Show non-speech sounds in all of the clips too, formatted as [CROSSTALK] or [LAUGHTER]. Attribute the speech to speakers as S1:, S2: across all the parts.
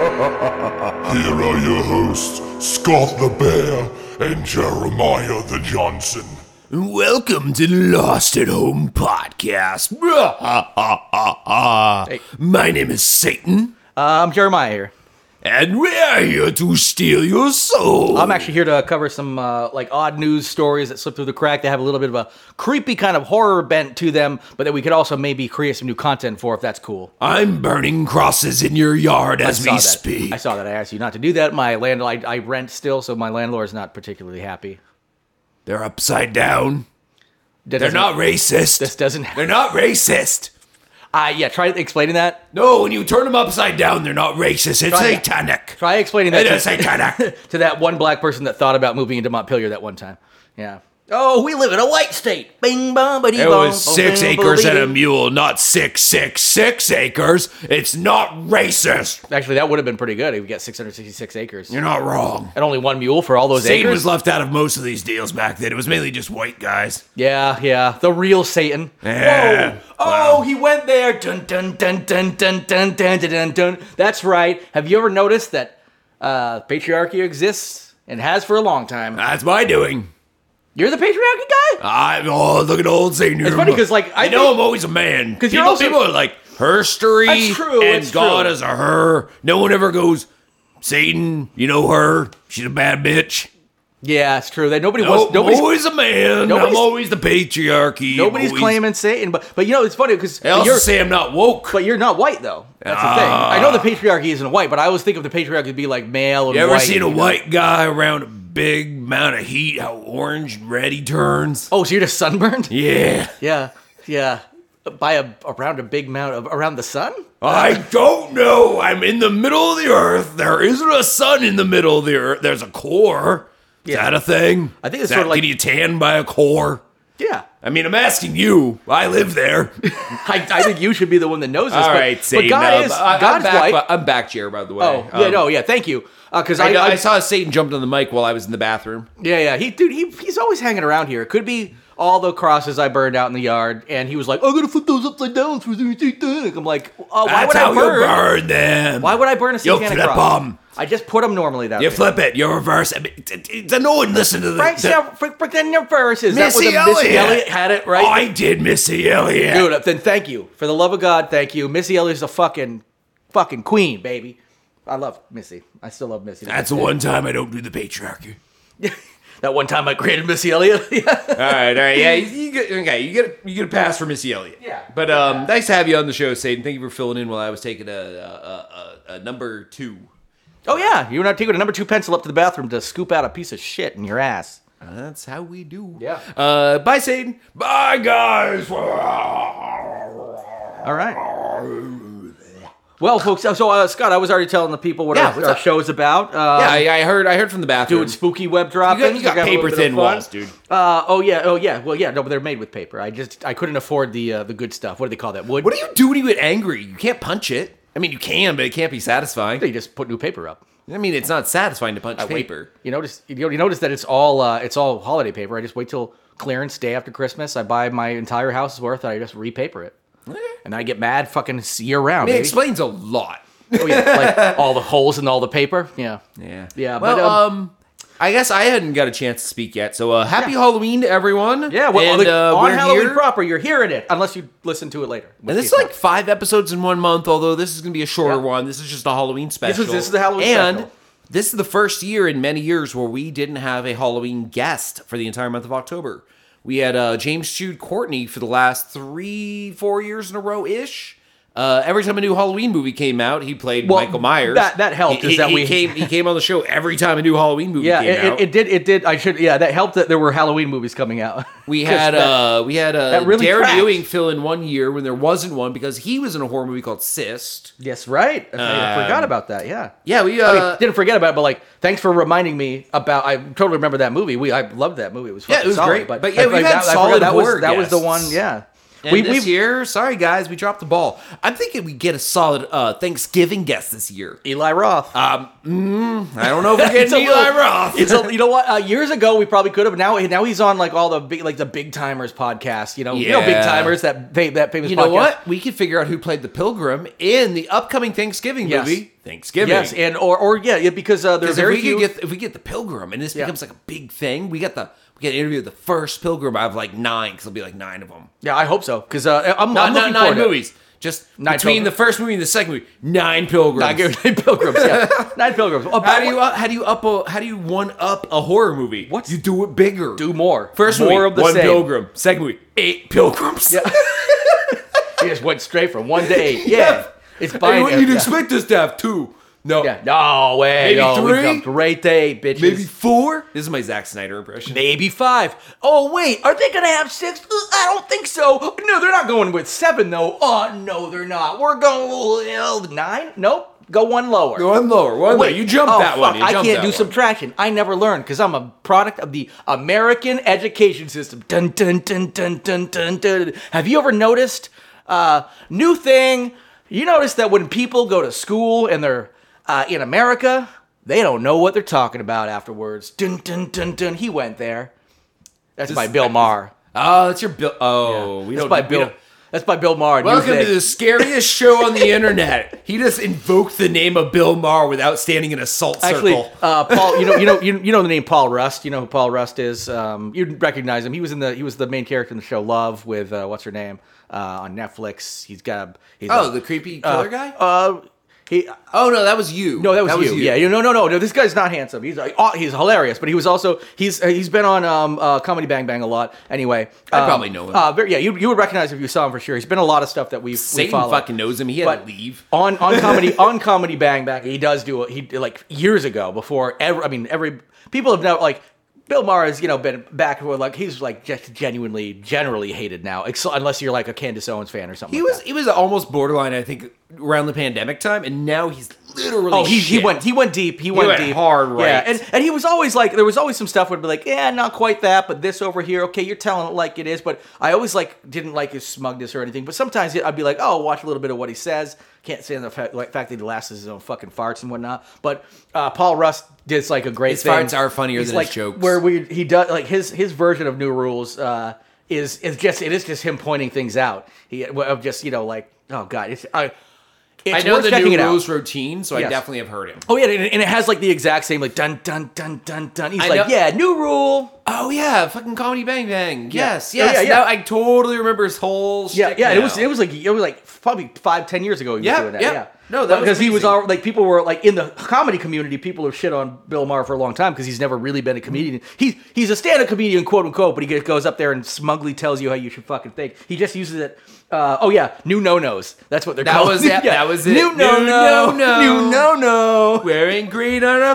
S1: Here are your hosts, Scott the Bear and Jeremiah the Johnson.
S2: Welcome to the Lost at Home podcast. [LAUGHS] My name is Satan,
S3: Um, Jeremiah here.
S2: and we are here to steal your soul.
S3: I'm actually here to cover some uh, like odd news stories that slip through the crack that have a little bit of a creepy kind of horror bent to them, but that we could also maybe create some new content for if that's cool.
S2: I'm burning crosses in your yard as
S3: I
S2: we
S3: saw that.
S2: speak.
S3: I saw that. I asked you not to do that. My landlord, I, I rent still, so my landlord's not particularly happy.
S2: They're upside down.
S3: That
S2: They're
S3: doesn't-
S2: not racist.
S3: This doesn't. [LAUGHS]
S2: They're not racist.
S3: Uh, yeah, try explaining that.
S2: No, when you turn them upside down, they're not racist. It's
S3: Try-
S2: satanic.
S3: Try explaining that
S2: It is
S3: to, [LAUGHS]
S2: satanic.
S3: to that one black person that thought about moving into Montpelier that one time. Yeah. Oh, we live in a white state. Bing, bong, ba-dee,
S2: It
S3: bong,
S2: was
S3: bong,
S2: six
S3: bing,
S2: acres and a
S3: ba-dee.
S2: mule, not six, six, six acres. It's not racist.
S3: Actually, that would have been pretty good if we got 666 acres.
S2: You're not wrong.
S3: and only one mule for all those
S2: Satan
S3: acres.
S2: was left out of most of these deals back then. It was mainly just white guys.
S3: yeah, yeah, the real Satan.
S2: Yeah,
S3: Whoa. Oh, he went there. Dun dun dun dun dun dun dun dun dun. dun. That's right. Have you ever noticed that uh, patriarchy exists and has for a long time?
S2: That's my doing.
S3: You're the patriarchy guy.
S2: I oh look at old Satan. It's
S3: funny 'cause, like, I
S2: I know
S3: think-
S2: I'm always a man.
S3: 'Cause
S2: People,
S3: you're also-
S2: people are like herstory
S3: That's true,
S2: and
S3: it's
S2: God
S3: true.
S2: is a her. No one ever goes Satan. You know her. She's a bad bitch.
S3: yeah, it's true. That nobody
S2: No,
S3: wants. Nobody's,
S2: I'm always a man.
S3: nobody's-
S2: I'm always the patriarchy. I'm
S3: nobody's
S2: always-
S3: claiming Satan, but but you know it's funny because
S2: They also
S3: you're
S2: say I'm not woke.
S3: but you're not white though. That's the thing. I know the patriarchy isn't white, but I always think of the patriarchy to be like male and
S2: You ever
S3: white.
S2: seen a
S3: you know?
S2: white guy around a big amount of heat? How orange and red he turns?
S3: Oh, so you're just sunburned?
S2: Yeah,
S3: Yeah, yeah. By a around a big mound of around the sun.
S2: I don't know. I'm in the middle of the earth. There isn't a sun in the middle of the earth. There's a core. Is
S3: Yeah.
S2: that a thing?
S3: I think it's
S2: Is that,
S3: sort of like-
S2: can you tan by a core?
S3: Yeah,
S2: I mean, I'm asking you. I live there.
S3: I, I think you should be the one that knows this.
S4: All
S3: but,
S4: right,
S3: but
S4: Satan.
S3: God
S4: um,
S3: is
S4: I,
S3: God's
S4: am back,
S3: wife.
S4: by- I'm back, Jer. By the way.
S3: oh, yeah,
S4: Um,
S3: no, yeah. Thank you, because
S4: I,
S3: I,
S4: know-
S3: I,
S4: I saw Satan jumped on the mic while I was in the bathroom.
S3: Yeah, yeah. He, dude, he, he's always hanging around here. It could be all the crosses I burned out in the yard, and he was like, "I'm gonna flip those upside down." For the I'm like, oh, why
S2: That's
S3: would
S2: how
S3: I burn?
S2: you burn them.
S3: Why would I burn a
S2: You
S3: satanic
S2: flip
S3: cross?
S2: 'em.
S3: I just put them normally that
S2: You
S3: way.
S2: flip it. You reverse. I mean, it- it- it's annoying. Listen to the
S3: Frank,
S2: the-
S3: Sinatra- Frank, Frank, Sinatra verse. Is that
S2: Missy,
S3: what the
S2: Elliott. Oh,
S3: Missy Elliott had it right?
S2: I did, Missy Elliott.
S3: Dude, then thank you. For the love of God, thank you. Missy Elliott's a fucking fucking queen, baby. I love Missy. I still love Missy.
S2: That's the one time I don't do the patriarchy.
S3: [LAUGHS] that one time I created Missy Elliott. [LAUGHS]
S4: All right, all right, yeah, you, you get okay. You get you get a pass for Missy Elliott.
S3: Yeah.
S4: but um, nice to have you on the show, Satan. Thank you for filling in while I was taking a a, a, a, a number two.
S3: oh yeah, you were not taking a number two pencil up to the bathroom to scoop out a piece of shit in your ass.
S4: Uh, That's how we do.
S3: Yeah.
S4: Uh, bye, Satan.
S2: Bye, guys.
S3: All right. Well, folks. So uh, Scott, I was already telling the people what
S4: Yeah,
S3: our,
S4: what's
S3: our
S4: up?
S3: show's about. Uh,
S4: Yeah, I, I heard I heard from the bathroom.
S3: doing spooky web dropping.
S4: you got, you got paper thin walls, dude.
S3: Uh, oh yeah, oh yeah. Well, yeah. No, but they're made with paper. I just I couldn't afford the uh, the good stuff. What do they call that? Wood.
S4: What do you do when you get angry? You can't punch it. I mean, you can, but it can't be satisfying.
S3: They just put new paper up.
S4: I mean, it's not satisfying to punch paper.
S3: You notice you know- you notice that it's all uh, it's all holiday paper. I just wait till clearance day after Christmas. I buy my entire house's worth and I just repaper it. And I get mad fucking year round.
S4: It
S3: baby.
S4: explains a lot.
S3: oh yeah, like [LAUGHS] all the holes and all the paper. Yeah.
S4: Yeah.
S3: Yeah,
S4: Well,
S3: but, um,
S4: um, I guess I hadn't got a chance to speak yet. So uh, happy Halloween to everyone.
S3: Yeah, well,
S4: and,
S3: the-
S4: uh,
S3: on
S4: we're
S3: Halloween
S4: here.
S3: proper, you're hearing it unless you listen to it later.
S4: And this is like five episodes in one month, although this is going to be a shorter
S3: Yeah.
S4: one. This is just a Halloween special.
S3: this is the Halloween
S4: and
S3: special.
S4: this is the first year in many years where we didn't have a Halloween guest for the entire month of October. We had uh, James Jude Courtney for the last three, four years in a row ish. Uh, every time a new Halloween movie came out, he played
S3: Well,
S4: Michael Myers.
S3: that- that helped,
S4: He,
S3: is that
S4: he
S3: we-
S4: came he came on the show every time a new Halloween movie
S3: yeah,
S4: came
S3: it,
S4: out.
S3: it, it did it did I should yeah that helped that there were Halloween movies coming out.
S4: We
S3: 'Cause
S4: had
S3: that-
S4: uh we had uh
S3: that really
S4: Darren
S3: tracks.
S4: Ewing fill in one year when there wasn't one because he was in a horror movie called Cyst.
S3: [LAUGHS] yes right. I forgot about that. Yeah.
S4: Yeah, we
S3: I mean,
S4: uh
S3: didn't forget about it, but like, thanks for reminding me about. I totally remember that movie. We I loved that movie. It was
S4: Yeah,
S3: fucking
S4: it was
S3: solid,
S4: great.
S3: But,
S4: But yeah,
S3: I-
S4: we've
S3: I-
S4: had
S3: that, I forgot
S4: solid
S3: that was
S4: horror
S3: that was the one.
S4: guests.
S3: Yeah,
S4: And
S3: We-
S4: we, this
S3: we've-
S4: year, sorry guys, we dropped the ball. I'm thinking we get a solid uh, Thanksgiving guest this year. Um, mm,
S3: Eli Roth.
S4: I don't [LAUGHS] know if we're
S3: It's a
S4: getting Eli
S3: little-
S4: Roth.
S3: it's a, you know what? Uh, years ago, we probably could have. but Now, now he's on like all the big, like the big timers podcast. You know, you know, big
S4: Yeah.
S3: timers that fa- that famous.
S4: You know
S3: podcast.
S4: what? We could figure out who played the Pilgrim in the upcoming Thanksgiving
S3: Yes.
S4: movie. Thanksgiving.
S3: Yes, and or or yeah, yeah, because uh, there's
S4: Because if
S3: very
S4: we
S3: few.
S4: could get if we get the Pilgrim and this
S3: Yeah.
S4: becomes like a big thing, we got the we get an interview with the first Pilgrim out of like nine because there'll be like nine of them.
S3: yeah, I hope so because uh, I'm,
S4: Not,
S3: I'm
S4: not
S3: looking
S4: nine
S3: forward to it.
S4: movies. Just
S3: Nine
S4: between
S3: Pilgrims.
S4: the first movie and the second movie, nine Pilgrims.
S3: I give nine [LAUGHS] pilgrims. Yeah, nine pilgrims. Oh, but
S4: how do you up, how do you up a how do you one up a horror movie?
S3: What's-
S4: you do it bigger?
S3: do more?
S4: First
S3: more
S4: movie,
S3: of the
S4: one
S3: same.
S4: pilgrim. Second movie, eight pilgrims. [LAUGHS] Yeah,
S3: You just went straight from one to
S4: [LAUGHS]
S3: eight. Yeah, it's
S4: And
S3: binary.
S4: You'd
S3: yeah.
S4: expect us to have two. No,
S3: Yeah. No way.
S4: Maybe
S3: no, we
S4: three?
S3: jumped right to eight, bitches.
S4: maybe four. This is my Zack Snyder impression.
S3: Maybe five. Oh wait, are they gonna have six? Uh, I don't think so. No, they're not going with seven though. Oh no, they're not. We're going uh, nine. Nope, go one lower.
S4: One lower, one lower.
S3: Wait,
S4: You jumped
S3: oh,
S4: that one.
S3: fuck,
S4: You
S3: I
S4: jumped
S3: can't
S4: that
S3: do
S4: one.
S3: subtraction. I never learned because I'm a product of the American education system. Dun dun dun dun dun dun dun. Have you ever noticed? Uh, new thing. You notice that when people go to school and they're uh, in America, they don't know what they're talking about afterwards. Dun dun dun dun. He went there. That's by Bill Maher.
S4: Oh, that's your Bill. Oh, we
S3: That's
S4: don't.
S3: by
S4: we
S3: Bill.
S4: don't-
S3: That's by Bill Maher. New
S4: Welcome to
S3: thing.
S4: the scariest show on the internet. He just invoked the name of Bill Maher without standing in a salt
S3: Actually,
S4: circle.
S3: uh, Paul, you know, you know, you, you know the name Paul Rust. You know who Paul Rust is. Um, you'd recognize him. He was in the he was the main character in the show Love with uh, what's her name uh, on Netflix. He's got a, he's
S4: Oh,
S3: a-
S4: the creepy killer guy.
S3: uh, he
S4: oh no, that was you.
S3: no, that was, you. Yeah, you no, no, no, no. This guy's not handsome. He's like, oh, he's hilarious, but he was also he's uh, he's been on um, uh, Comedy Bang Bang a lot. Anyway, I
S4: probably know him.
S3: Uh, very, yeah, you, you would recognize if you saw him for sure. He's been a lot of stuff that we've we
S4: Satan
S3: follow.
S4: fucking knows him. He had
S3: But
S4: to leave.
S3: on on
S4: [LAUGHS]
S3: comedy on comedy Bang Bang. He does do it. He like years ago before ever. I mean, every people have now like Bill Maher has you know been back and forth. Like he's like just genuinely generally hated now, ex- unless you're like a Candace Owens fan or something.
S4: He
S3: like
S4: was
S3: that.
S4: he was almost borderline. I think around the pandemic time, and now he's literally.
S3: Oh, he, he
S4: shit.
S3: went he went deep. He, went,
S4: went
S3: deep
S4: hard right.
S3: Yeah, and and he was always like there was always some stuff would be like yeah not quite that but this over here okay you're telling it like it is but I always like didn't like his smugness or anything but sometimes I'd be like oh watch a little bit of what he says can't stand the fact, like, fact that he laughs at his own fucking farts and whatnot but uh, Paul Rust did like a great
S4: His
S3: thing.
S4: farts are funnier
S3: He's
S4: than his
S3: like,
S4: jokes.
S3: Where we he does like his his version of New Rules uh, is is just it is just him pointing things out he of just you know like oh god it's I.
S4: I
S3: It's
S4: know
S3: worth
S4: the
S3: checking
S4: new
S3: it out.
S4: rules routine, so I
S3: Yes.
S4: definitely have heard him.
S3: Oh yeah, and and it has like the exact same like dun dun dun dun dun. He's
S4: I
S3: like,
S4: know-
S3: yeah, new rule.
S4: Oh yeah, fucking comedy bang bang. Yes,
S3: Yeah,
S4: yes.
S3: yeah, yeah.
S4: Now I totally remember his whole.
S3: Yeah,
S4: shtick
S3: yeah. It
S4: now.
S3: was it was like it was like probably five ten years ago. He
S4: Yeah,
S3: was doing that.
S4: yeah.
S3: Yeah,
S4: No, that was
S3: because he was
S4: amazing.
S3: all like people were like in the comedy community. People have shit on Bill Maher for a long time because he's never really been a comedian.
S4: Mm-hmm.
S3: He's he's a stand-up comedian, quote unquote, but he get- goes up there and smugly tells you how you should fucking think. He just uses it. Uh, oh yeah, new no nos. That's what they're
S4: That
S3: called.
S4: was
S3: [LAUGHS]
S4: it. That was it.
S3: New
S4: New
S3: no no
S4: no-no.
S3: new no no.
S4: wearing green on a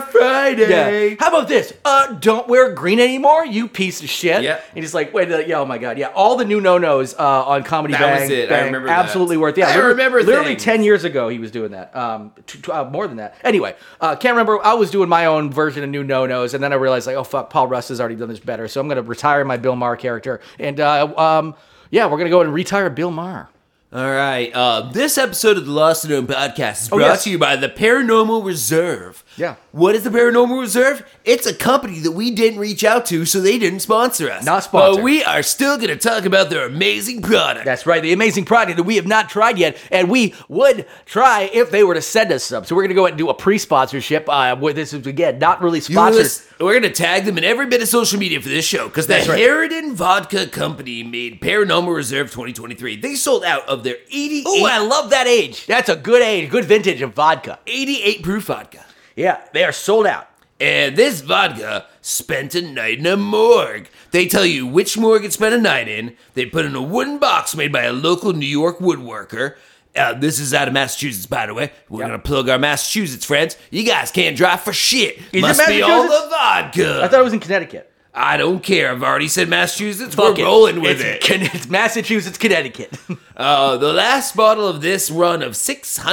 S4: Friday.
S3: Yeah. How about this? Uh, don't wear green anymore, you piece of shit.
S4: Yeah.
S3: And he's like, wait, uh, yeah, oh my god, yeah. All the new no nos uh, on comedy.
S4: That
S3: Bang,
S4: was it. I
S3: Bang,
S4: remember that.
S3: Absolutely worth. Yeah,
S4: I
S3: literally-
S4: remember
S3: Literally
S4: things.
S3: ten years ago, he was doing that. Um, t- t- uh, more than that. Anyway, uh, can't remember. I was doing my own version of new no nos, and then I realized like, oh fuck, Paul Russ has already done this better, so I'm gonna retire my Bill Maher character, and uh, um, yeah, we're gonna go and retire Bill Maher.
S4: All right. Uh, this episode of the Lost and Known podcast is brought
S3: Oh, yes.
S4: to you by the Paranormal Reserve.
S3: Yeah.
S4: What is the Paranormal Reserve? It's a company that we didn't reach out to, so they didn't sponsor us.
S3: Not sponsored.
S4: But we are still going to talk about their amazing product.
S3: That's right, the amazing product that we have not tried yet, and we would try if they were to send us some. So we're gonna go ahead and do a pre-sponsorship. Uh, where this is again not really
S4: You
S3: sponsored.
S4: lis- We're going to tag them in every bit of social media for this show because the
S3: That's right.
S4: Harridan Vodka Company made Paranormal Reserve 2023. They sold out of their 88,
S3: Ooh, I love that age. That's a good age, good vintage of vodka.
S4: 88 proof vodka.
S3: Yeah, they are sold out.
S4: And this vodka spent a night in a morgue. They tell you which morgue it spent a night in. They put in a wooden box made by a local New York woodworker. Uh, this is out of Massachusetts, by the way. We're
S3: Yep.
S4: gonna plug our Massachusetts friends. You guys can't drive for shit.
S3: it
S4: Must be all
S3: Massachusetts?
S4: the vodka.
S3: I thought it was in Connecticut.
S4: I don't care. I've already said Massachusetts.
S3: Fuck
S4: We're
S3: it.
S4: rolling with
S3: It's
S4: it.
S3: Con- it's Massachusetts, Connecticut. [LAUGHS]
S4: Uh, the last bottle of this run of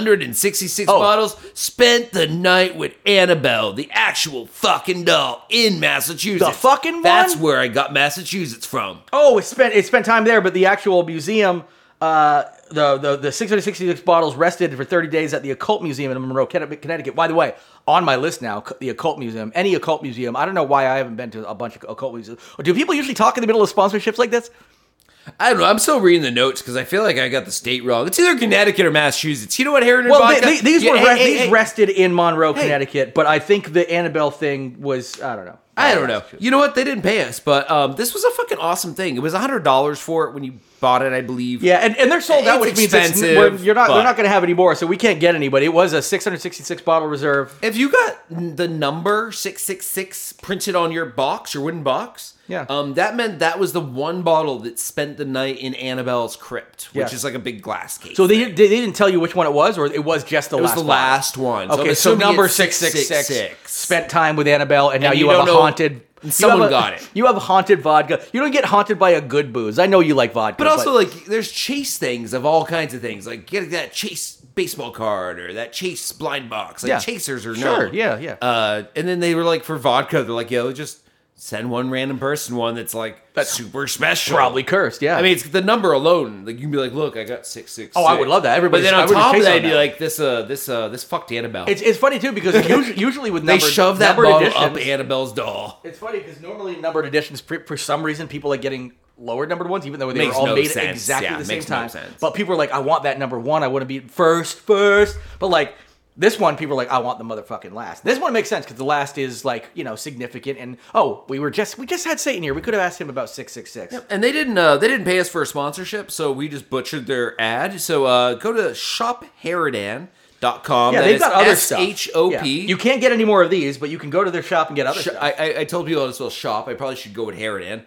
S4: 666
S3: Oh.
S4: bottles spent the night with Annabelle, the actual fucking doll in Massachusetts.
S3: The fucking one?
S4: That's where I got Massachusetts from.
S3: Oh, it spent it spent time there, but the actual museum, uh, the the the 666 bottles rested for 30 days at the Occult Museum in Monroe, Conne- Connecticut. By the way, on my list now, c- the Occult Museum, any Occult Museum. I don't know why I haven't been to a bunch of Occult museums. Do people usually talk in the middle of sponsorships like this?
S4: I don't know. I'm still reading the notes because I feel like I got the state wrong. It's either Connecticut or Massachusetts. You know what, Heron and
S3: Well, they,
S4: Vodka?
S3: they- these
S4: Yeah,
S3: were
S4: hey,
S3: res-
S4: hey,
S3: these
S4: hey.
S3: rested in Monroe, Connecticut, but I think the Annabelle thing was I don't know.
S4: I don't know. You know what? They didn't pay us, but um, this was a fucking awesome thing. It was $100 for it when you bought it, I believe.
S3: Yeah, and, and they're sold out,
S4: It's
S3: which means it's,
S4: expensive,
S3: we're- you're not
S4: but-
S3: they're not going to have any more, so we can't get any. But it was a 666 bottle reserve.
S4: If you got the number 666 printed on your box, your wooden box,
S3: Yeah.
S4: um, that meant that was the one bottle that spent the night in Annabelle's crypt, which
S3: Yeah.
S4: is like a big glass case.
S3: So they, didn't- they didn't tell you which one it was, or it was just the
S4: it was
S3: last.
S4: the
S3: one?
S4: last one. I'm
S3: Okay, so
S4: assuming
S3: number
S4: it's
S3: six six six
S4: 666.
S3: spent time with Annabelle, and now
S4: And
S3: you,
S4: you
S3: have
S4: don't
S3: a
S4: know-
S3: haunted. you
S4: someone
S3: have a-
S4: got it.
S3: [LAUGHS] You have haunted vodka. You don't get haunted by a good booze. I know you like vodka,
S4: But also, like, there's chase things of all kinds of things, like getting that chase baseball card or that chase blind box. Like,
S3: Yeah.
S4: chasers are
S3: Sure,
S4: known.
S3: yeah, yeah.
S4: Uh, and then they were like, for vodka, they're like, yo, just send one random person one that's like
S3: That's
S4: super special.
S3: probably cursed. Yeah,
S4: I mean, it's the number alone. Like you can be like, look, I got six six.
S3: Oh, I would love that. Everybody's-
S4: But then
S3: I
S4: on
S3: would've
S4: top of
S3: chased
S4: that,
S3: on
S4: I'd be
S3: that.
S4: like, this, uh, this, uh, this fucked Annabelle.
S3: it's it's funny too
S4: [LAUGHS]
S3: because usually, usually with
S4: they
S3: numbered,
S4: shove that
S3: numbered
S4: bottle
S3: editions,
S4: up Annabelle's doll.
S3: It's funny because normally numbered editions, for, for some reason, people are getting lower numbered ones, even though they
S4: Makes
S3: were all
S4: no
S3: made at
S4: sense.
S3: exactly
S4: Yeah,
S3: the same
S4: makes no
S3: time.
S4: sense.
S3: But people are like, I want that number one. I want to be first, first. But like this one, people are like, I want the motherfucking last. This one makes sense because the last is like you know significant. And oh, we were just we just had Satan here. We could have asked him about six six six.
S4: And they didn't, uh, they didn't pay us for a sponsorship, so we just butchered their ad. So uh, go to shopheridan.com.
S3: Yeah,
S4: That
S3: they've
S4: is
S3: got other stuff.
S4: S-H-O-P.
S3: Yeah. You can't get any more of these, but you can go to their shop and get other
S4: Sh-
S3: stuff.
S4: I, I, I told people how to spell shop. I probably should go with Heridan.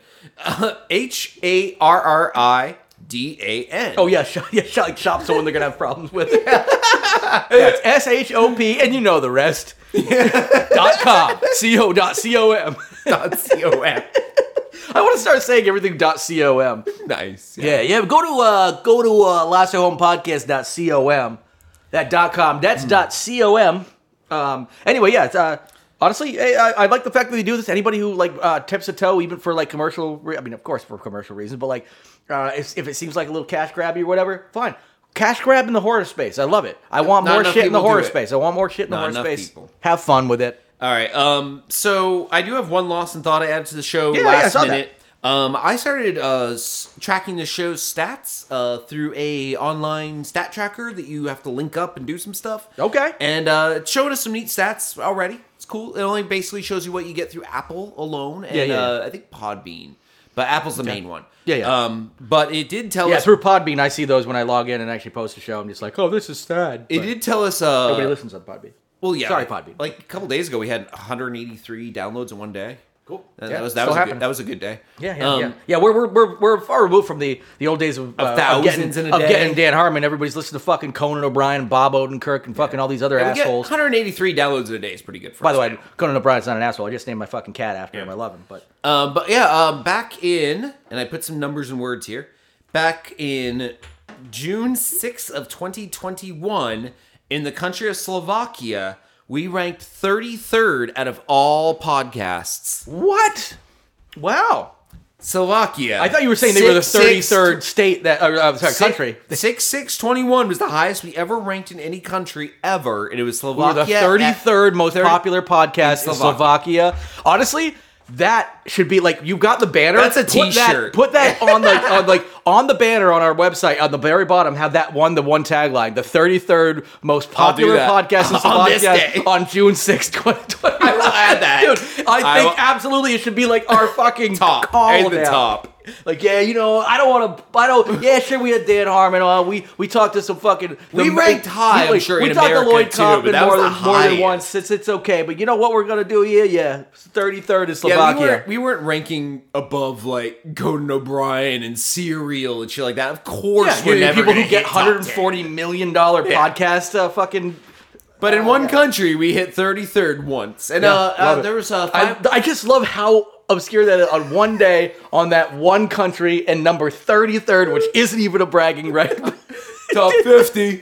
S4: [LAUGHS] H A R R I D A N.
S3: Oh yeah, shop, yeah, shop, like shop someone they're gonna have problems [LAUGHS] with. That's S H O P, and you know the rest. dot com, co dot com.
S4: dot C O M.
S3: [LAUGHS]
S4: [LAUGHS]
S3: I want to start saying everything dot com.
S4: Nice.
S3: Yeah, yeah. Go to uh, go to uh, lassahomepodcast dot com. That dot com. That's dot com. Um. Anyway, yeah. It's, uh, honestly, I, I, I like the fact that they do this. Anybody who like uh, tips a toe, even for like commercial. Re- I mean, of course, for commercial reasons, but like, uh, if, if it seems like a little cash grabby or whatever, fine. Cash grab in the horror space. I love it. I want
S4: Not
S3: more
S4: enough
S3: shit in the
S4: people do
S3: horror
S4: it.
S3: space. I want more shit in the
S4: Not
S3: horror
S4: enough
S3: space.
S4: people.
S3: Have fun with it.
S4: All right. Um. So I do have one loss and thought I added to the show
S3: Yeah, yeah, I
S4: last
S3: saw that.
S4: minute. Um. I started uh s- tracking the show's stats uh through a online stat tracker that you have to link up and do some stuff.
S3: Okay.
S4: And uh, it's showing us some neat stats already. It's cool. It only basically shows you what you get through Apple alone and
S3: Yeah, yeah,
S4: Uh, I think Podbean, but Apple's the main one.
S3: Yeah, yeah.
S4: Um. But it did tell
S3: Yeah,
S4: us.
S3: through Podbean, I see those when I log in and actually post a show. I'm just like, oh, this is sad.
S4: it
S3: But
S4: did tell us. Uh.
S3: nobody listens on Podbean.
S4: Well, yeah.
S3: Sorry,
S4: like-
S3: Podbean.
S4: Like a couple days ago, we had 183 downloads in one day.
S3: Cool.
S4: That,
S3: Yeah,
S4: that was that
S3: still
S4: was a
S3: happening.
S4: good, that was a good day.
S3: Yeah, yeah,
S4: Um,
S3: yeah. Yeah, we're, we're, we're, we're far removed from the, the old days of, uh,
S4: thousands
S3: getting,
S4: in a
S3: of
S4: day.
S3: getting Dan Harmon. Everybody's listening to fucking Conan O'Brien, Bob Odenkirk, and fucking all these other
S4: Yeah, we get
S3: assholes.
S4: 183 downloads in a day is pretty good for
S3: By
S4: us
S3: the way,
S4: now.
S3: Conan O'Brien's not an asshole. I just named my fucking cat after him. I love him, but
S4: Um, but yeah, um, back in, and I put some numbers and words here. Back in June 6th of 2021, in the country of Slovakia, we ranked 33rd out of all podcasts.
S3: what? Wow.
S4: Slovakia.
S3: I thought you were saying they were the thirty
S4: Six-
S3: third state that uh, uh, sorry
S4: six-
S3: country.
S4: Six six twenty one was the highest we ever ranked in any country ever, and it was
S3: We were the
S4: Slovakia.
S3: thirty
S4: at-
S3: third most popular podcast in
S4: in
S3: Slovakia. Honestly, that should be like you've got the banner.
S4: That's a
S3: Put that-
S4: t-shirt.
S3: Put
S4: [LAUGHS]
S3: that, on the on like on the banner on our website on the very bottom. Have that one the one tagline: the thirty third most popular
S4: that.
S3: podcast in
S4: [LAUGHS] On this
S3: Slovakia
S4: day.
S3: on June sixth, twenty twenty.
S4: I will add that.
S3: Dude, I
S4: I
S3: think
S4: will-
S3: absolutely it should be like our fucking
S4: Top.
S3: call
S4: And the
S3: now.
S4: top.
S3: Like yeah, you know, I don't want to. I don't. Yeah, sure, we had Dan Harmon on. We we talked to some fucking.
S4: We ranked high, I'm sure,
S3: we
S4: in
S3: talked
S4: America,
S3: to Lloyd
S4: too, but
S3: Kaufman
S4: that
S3: more
S4: was
S3: than
S4: the
S3: more than
S4: highest.
S3: once. It's it's okay, but you know what we're gonna do here? Yeah, thirty third is
S4: Yeah, we
S3: Slovakia.
S4: weren't, we weren't ranking above like Conan O'Brien and Serial and shit like that. Of course,
S3: Yeah,
S4: we're
S3: you know,
S4: never
S3: people
S4: gonna
S3: who get
S4: hit top 10.
S3: 140 million dollar podcast uh, fucking.
S4: But in one country, we hit thirty third once, and uh,
S3: love
S4: uh
S3: it.
S4: there was uh,
S3: I,
S4: five,
S3: I just love how obscure that is on one day on that one country and number 33rd, which isn't even a bragging right.
S4: Top
S3: [LAUGHS]
S4: 50.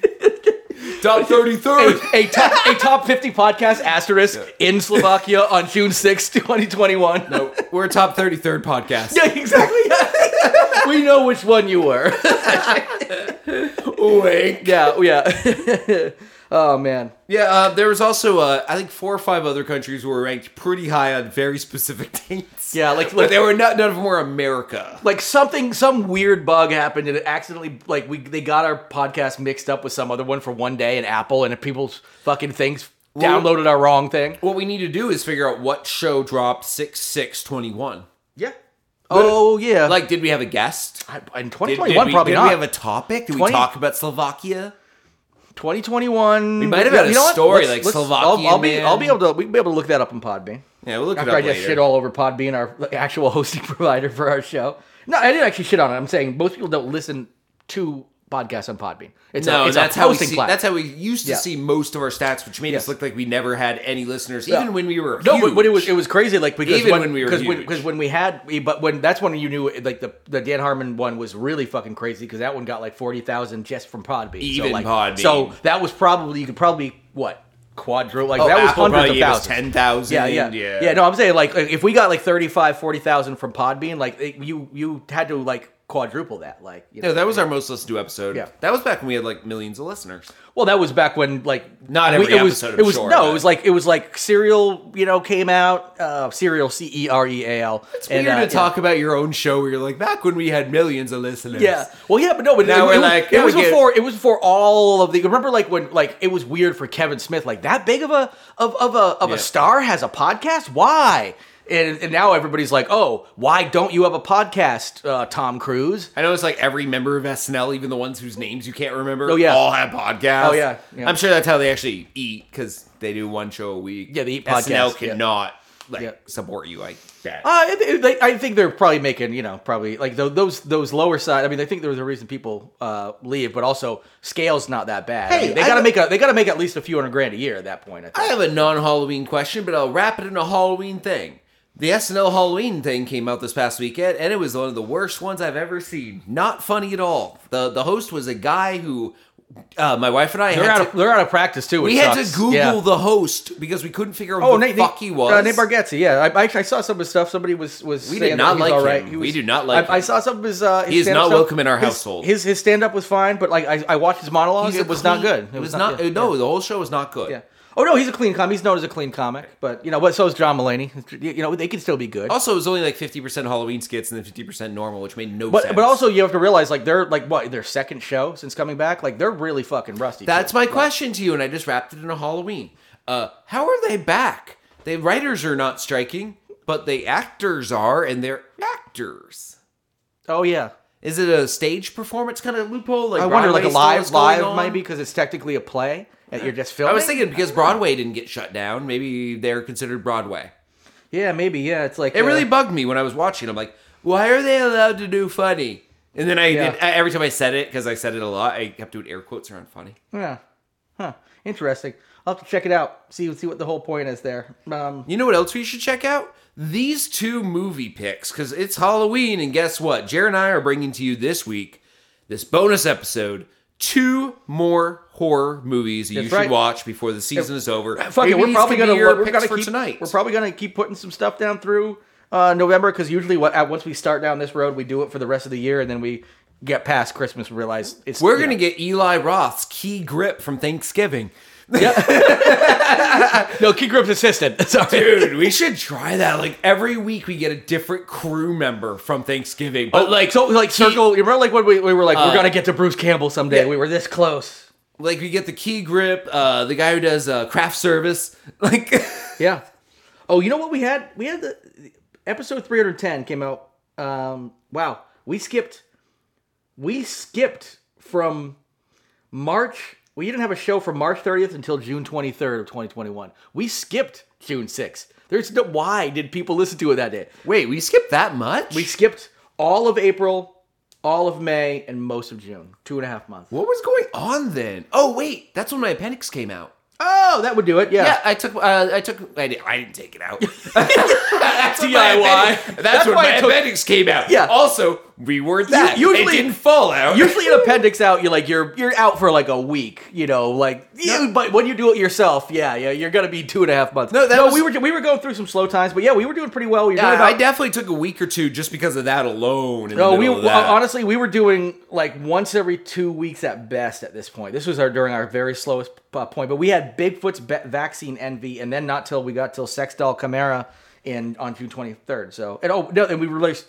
S4: Top 33rd.
S3: a, a top, a top 50 podcast asterisk in Slovakia on June 6, 2021.
S4: No, we're a top 33rd podcast.
S3: [LAUGHS] Yeah, exactly. [LAUGHS] we know which one you were. [LAUGHS]
S4: Wink.
S3: yeah, oh, yeah. [LAUGHS] oh, man.
S4: Yeah, uh, there was also, uh, I think, four or five other countries were ranked pretty high on very specific [LAUGHS] things.
S3: Yeah, like,
S4: But
S3: like
S4: they were not, none of them were America.
S3: like something some weird bug happened and it accidentally like we they got our podcast mixed up with some other one for one day in apple and people's fucking things downloaded our wrong thing
S4: What we need to do is figure out what show dropped 6 6 21.
S3: yeah oh yeah like
S4: Like, did we have a guest?
S3: in
S4: Did,
S3: 2021
S4: did we,
S3: probably
S4: did
S3: not
S4: we have a topic? Did
S3: 20
S4: we talk about Slovakia?
S3: 2021 we
S4: might have had a story, like Slovakian
S3: I'll, I'll be
S4: man.
S3: i'll be able to we will be able to look that up in podbean
S4: Yeah, we'll look
S3: after
S4: it
S3: i
S4: up
S3: just
S4: later.
S3: shit all over podbean our like, actual [LAUGHS] hosting provider for our show no i didn't actually shit on it i'm saying most people don't listen to podcasts on podbean it's
S4: no,
S3: a, it's
S4: that's
S3: a
S4: how we
S3: hosting
S4: see,
S3: platform.
S4: that's how we used to
S3: Yeah.
S4: see most of our stats, which made
S3: Yes.
S4: us look like we never had any listeners,
S3: Yeah.
S4: even when we were
S3: No, but, but it
S4: huge.
S3: was it was crazy. Like because
S4: Even
S3: when,
S4: when we were
S3: because when,
S4: huge.
S3: 'cause when we had we- but when that's when you knew like the the Dan Harmon one was really fucking crazy because that one got like forty thousand just from Podbean.
S4: Even
S3: so, like,
S4: Podbean.
S3: So that was probably you could probably what quadruple like that was
S4: Oh, Apple
S3: hundreds
S4: probably
S3: of
S4: gave us
S3: thousands.
S4: 10,000.
S3: yeah, yeah, yeah, No, I'm saying like if we got like 35, 40,000 from Podbean, like it, you you had to like quadruple that. Like you know.
S4: No, that was our most listened to episode.
S3: Yeah.
S4: That was back when we had like millions of listeners.
S3: Well, that was back when like
S4: Not
S3: we-
S4: every
S3: it was,
S4: episode,
S3: It
S4: I'm
S3: was
S4: sure,
S3: no,
S4: but-
S3: it was like it was like cereal. You know, came out uh, cereal C E R E A L.
S4: It's weird to talk about your own show where you're like, back when we had millions of listeners.
S3: Yeah. Well, yeah, but no, but
S4: Now
S3: it,
S4: we're
S3: it was-
S4: like,
S3: it
S4: now
S3: was
S4: we get-
S3: before. It was before all of the. Remember, like when, like it was weird for Kevin Smith, like that big of a of of a of
S4: Yeah.
S3: a star has a podcast. Why? And, and now everybody's like, oh, why don't you have a podcast, uh, Tom Cruise?
S4: I know it's like every member of SNL, even the ones whose names you can't remember,
S3: Oh, yeah.
S4: all have podcasts.
S3: Oh, yeah. Yeah.
S4: I'm sure that's how they actually eat because they do one show a week.
S3: Yeah, they eat
S4: SNL
S3: podcasts, yeah.
S4: cannot like
S3: Yeah.
S4: support you like that.
S3: Uh, it- it- they- I think they're probably making, you know, probably like tho- those those lower side. I mean, I think there was a reason people uh, leave, but also scale's not that bad. I
S4: Hey,
S3: mean, they
S4: I
S3: gotta
S4: don't-
S3: make a they gotta make at least a few hundred grand a year at that point. I
S4: I
S3: think.
S4: have a non-Halloween question, but I'll wrap it in a Halloween thing. The SNL Halloween thing came out this past weekend, and it was one of the worst ones I've ever seen. Not funny at all. the The host was a guy who uh, my wife and I
S3: They're
S4: had
S3: out
S4: to-
S3: of they're out of practice too.
S4: we
S3: which
S4: had
S3: sucks.
S4: to Google
S3: Yeah.
S4: the host because we couldn't figure out
S3: Oh,
S4: who the
S3: Nate,
S4: fuck he
S3: Nate-
S4: was.
S3: Uh, Nate Bargatze, yeah. I, I, I saw some of his stuff. Somebody was was.
S4: We did
S3: saying
S4: not
S3: that he was
S4: like
S3: all right.
S4: him.
S3: He
S4: We
S3: was-
S4: do not like
S3: I, I
S4: him.
S3: saw some of his. Uh, his
S4: He is
S3: stand-up
S4: not
S3: stuff.
S4: welcome in our
S3: His-
S4: household.
S3: His his stand up was fine, but like I, I watched his monologues.
S4: He's
S3: It
S4: a
S3: was
S4: clean-
S3: not good.
S4: It, was, not.
S3: yeah,
S4: no, the whole show was not good.
S3: Yeah. Oh no, he's a clean comic. He's known as a clean comic, but you know, but so is John Mulaney. You know, they can still be good.
S4: Also, it was only like fifty percent Halloween skits and then fifty percent normal, which made no
S3: But
S4: sense.
S3: but also you have to realize like they're like what their second show since coming back like they're really fucking rusty.
S4: That's
S3: too.
S4: my question to you, and I just wrapped it in a Halloween. Uh, how are they back? The writers are not striking, but the actors are, and they're actors.
S3: oh yeah.
S4: Is it a stage performance kind of loophole? Like
S3: I wonder like a
S4: Broadway still
S3: live
S4: is going
S3: live
S4: on?
S3: maybe because it's technically a play that you're just filming.
S4: I was thinking because Broadway didn't get shut down, maybe they're considered Broadway.
S3: yeah maybe yeah it's like
S4: It
S3: uh,
S4: really bugged me when I was watching. I'm like, why are they allowed to do funny? And then I
S3: Yeah.
S4: did, every time I said it because I said it a lot, I kept doing air quotes around funny.
S3: yeah huh interesting. I'll have to check it out see see what the whole point is there. Um
S4: You know what else we should check out? These two movie picks, because it's Halloween, and guess what? Jer and I are bringing to you this week, this bonus episode, two more horror movies that you should
S3: right.
S4: watch before the season is over.
S3: fuck it
S4: Maybe
S3: we're
S4: these
S3: probably
S4: could be
S3: gonna
S4: your
S3: we're
S4: picks
S3: gonna
S4: for
S3: keep
S4: tonight.
S3: we're probably gonna keep putting some stuff down through uh, November because usually what at, once we start down this road we do it for the rest of the year and then we get past Christmas and realize it's
S4: We're
S3: you
S4: gonna
S3: know.
S4: get Eli Roth's key grip from Thanksgiving.
S3: no key group's assistant [LAUGHS] sorry
S4: Dude, we should try that. Like every week, we get a different crew member from Thanksgiving. But like,
S3: so like
S4: he-
S3: circle. You remember like when we, we were like
S4: Uh,
S3: we're gonna get to Bruce Campbell someday.
S4: yeah.
S3: We were this close.
S4: like we get the key grip, uh, the guy who does uh, craft service. [LAUGHS] Like,
S3: Yeah. Oh, you know what we had? We had the episode 310 came out. Um, wow, we skipped. We skipped from March. We didn't have a show from March 30th until June 23rd of 2021. We skipped June 6th. There's no, why did people listen to it that day?
S4: wait, we skipped that much?
S3: We skipped all of April, all of May, and most of June. Two and a half months.
S4: What was going on then? Oh wait, that's when my appendix came out.
S3: Oh, that would do it. Yeah.
S4: Yeah, I took. Uh, I took. I, didn't, I didn't take it [LAUGHS] out. that's when my
S2: DIY.
S4: appendix-
S2: That's
S4: that's when
S2: why
S4: my
S2: I took-
S4: appendix came out.
S3: Yeah.
S4: Also, reword that. it
S3: usually-
S4: didn't fall out.
S3: Usually an appendix out, you're like you're you're out for like a week, you know, like you, but when you do it yourself, yeah, yeah, you're gonna be two and a half months.
S4: No, that was-
S3: we were we were going through some slow times, but yeah, we were doing pretty well. You're
S4: Yeah,
S3: doing
S4: Uh, I
S3: about,
S4: definitely took a week or two just because of that alone. In
S3: no,
S4: the
S3: Oh, we uh,
S4: middle of that.
S3: honestly we were doing like once every two weeks at best at this point. This was our during our very slowest uh, point, but we had Bigfoot's ba- vaccine envy, and then not till we got till Sex Doll Chimera in on June 23rd. So and oh no, and we released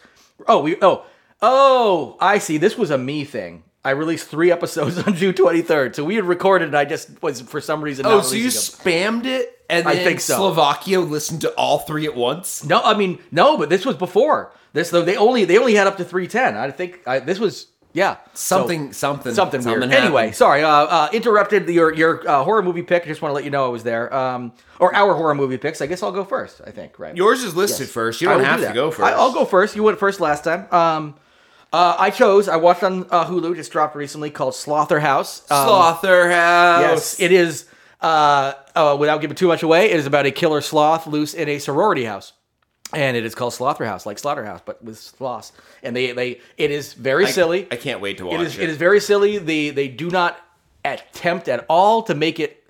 S3: oh we oh oh I see this was a me thing. I released three episodes [LAUGHS] on June 23rd, so we had recorded, and I just was for some reason.
S4: Oh,
S3: not
S4: so you
S3: releasing them.
S4: spammed it, and
S3: I
S4: then
S3: think so.
S4: Slovakia listened to all three at once.
S3: No, I mean no, but this was before this. Though they only they only had up to three ten. I think I, this was yeah So-
S4: Something, something,
S3: something, weird.
S4: happened.
S3: Anyway, sorry, uh, uh, interrupted your your uh, horror movie pick. I just want to let you know I was there. Um, or our horror movie picks. I guess I'll go first. I think right.
S4: yours is listed first. You
S3: I
S4: don't
S3: will
S4: have
S3: do
S4: to
S3: that.
S4: go first.
S3: I, I'll go first. You went first last time. Um, uh, I chose. I watched on uh, Hulu. Just dropped recently called Slaughter House. Um,
S4: Slaughterhouse.
S3: Yes, it is. Uh, uh, without giving too much away, it is about a killer sloth loose in a sorority house, and it is called Slaughterhouse, like Slaughterhouse, but with sloths. And they they it is very silly.
S4: I can't wait to watch
S3: It is,
S4: it.
S3: it is very silly. They they do not attempt at all to make it.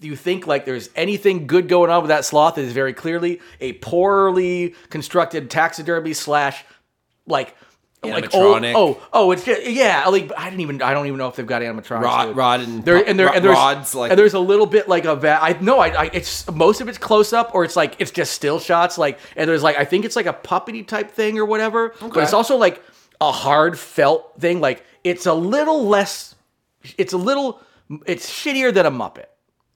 S3: You think like there's anything good going on with that sloth? It is very clearly a poorly constructed taxidermy slash like. Like old,
S4: Animatronic.
S3: oh oh it's just, yeah like I didn't even I don't even know if they've got animatronics
S4: Rod-
S3: dude.
S4: rod and-
S3: there and there
S4: rod-
S3: and there's
S4: rods, like-
S3: and there's a little bit like a va- I no I, I it's most of it's close up or it's like it's just still shots like and there's like I think it's like a puppety type thing or whatever but it's also like a hard felt thing like it's a little less it's a little it's shittier than a muppet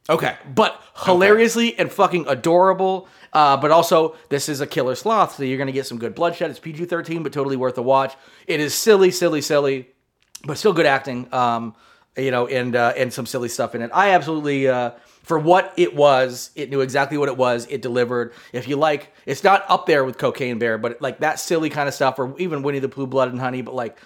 S4: okay.
S3: but hilariously and fucking adorable. Uh, but also, this is a killer sloth, so you're gonna get some good bloodshed. It's PG 13, but totally worth a watch. It is silly, silly, silly, but still good acting. Um, you know, and uh, and some silly stuff in it. I absolutely, uh, for what it was, it knew exactly what it was. It delivered. If you like, it's not up there with Cocaine Bear, but like that silly kind of stuff, or even Winnie the Pooh, Blood and Honey, but like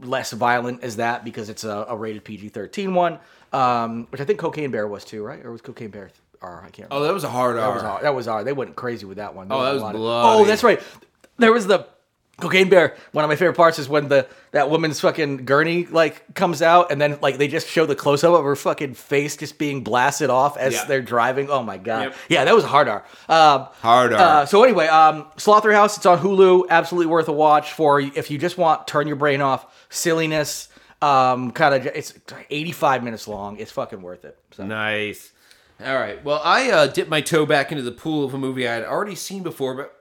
S3: less violent as that because it's a, a rated PG thirteen one, um, which I think Cocaine Bear was too, right? Or was Cocaine Bear R? I can't.
S4: Oh,
S3: Remember.
S4: that was a hard
S3: that was R. That was R. They went crazy with that one. There
S4: Oh, that
S3: a
S4: was
S3: lot of-
S4: bloody.
S3: Oh, that's right. There was the Cocaine Bear. One of my favorite parts is when the that woman's fucking gurney like comes out, and then like they just show the close up of her fucking face just being blasted off as
S4: Yeah.
S3: they're driving. Oh my god.
S4: Yep.
S3: Yeah, that was a hard R. Um,
S4: Hard R.
S3: uh, so anyway, um, Slaughterhouse. It's on Hulu. Absolutely worth a watch for if you just want turn your brain off silliness. Um, kind of. It's 85 minutes long. It's fucking worth it. So.
S4: Nice. All right. Well, I uh, dipped my toe back into the pool of a movie I had already seen before, but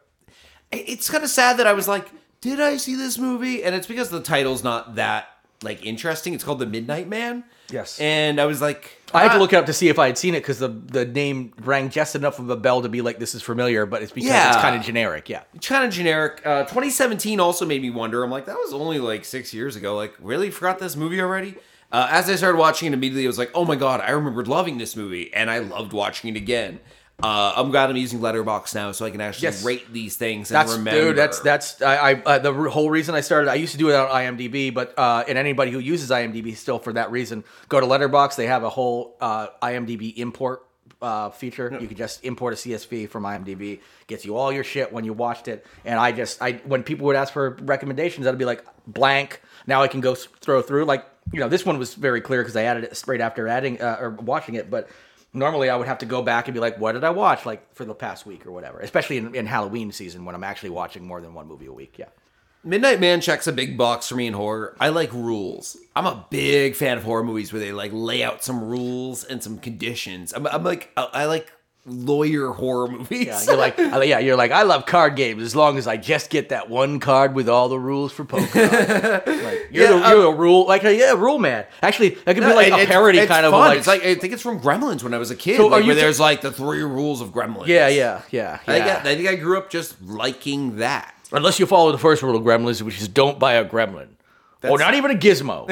S4: it- it's kind of sad that I was like, did I see this movie? And it's because the title's not that like interesting. It's called The Midnight Man.
S3: Yes.
S4: And I was like,
S3: I had
S4: ah,
S3: to look it up to see if I had seen it because the, the name rang just enough of a bell to be like, this is familiar, but it's because it's
S4: Yeah.
S3: kind of generic. Yeah.
S4: It's kind of generic. Uh, 2017 also made me wonder. I'm like, that was only like six years ago. Like, really forgot this movie already? Uh, as I started watching it immediately, I was like, oh my god, I remembered loving this movie, and I loved watching it again. Uh, I'm glad I'm using Letterbox now, so I can actually
S3: Yes.
S4: rate these things and
S3: That's
S4: remember.
S3: dude. That's that's I, I uh, the r- whole reason I started. I used to do it on IMDb, but uh, and anybody who uses IMDb still for that reason, go to Letterbox. They have a whole uh, IMDb import uh, feature. You can just import a CSV from IMDb. Gets you all your shit when you watched it. And I just I when people would ask for recommendations, I'd be like blank. Now I can go s- throw through like you know this one was very clear because I added it straight after adding uh, or watching it, but normally I would have to go back and be like, what did I watch like for the past week or whatever, especially in, in Halloween season when I'm actually watching more than one movie a week. Yeah.
S4: Midnight Man checks a big box for me in horror. I like rules. I'm a big fan of horror movies where they like lay out some rules and some conditions. I'm, I'm like, uh, I, I like lawyer horror [LAUGHS] movies.
S3: Yeah, you're like, I- yeah, you're like, I love card games as long as I just get that one card with all the rules for poker.
S4: [LAUGHS]
S3: like, you're,
S4: Yeah,
S3: the, you're a rule, like, uh, yeah, rule man. Actually, that could be like
S4: it-
S3: a
S4: it's-
S3: parody
S4: it's
S3: kind of
S4: fun.
S3: like,
S4: it's like I think it's from Gremlins when I was a kid.
S3: So are
S4: like,
S3: you
S4: where
S3: t-
S4: there's like the three rules of Gremlins.
S3: yeah, yeah, yeah,
S4: I think,
S3: yeah.
S4: I, I think I grew up just liking that.
S3: Unless you follow the first rule of Gremlins, which is don't buy a Gremlin, or not even
S4: [LAUGHS]
S3: a Gizmo,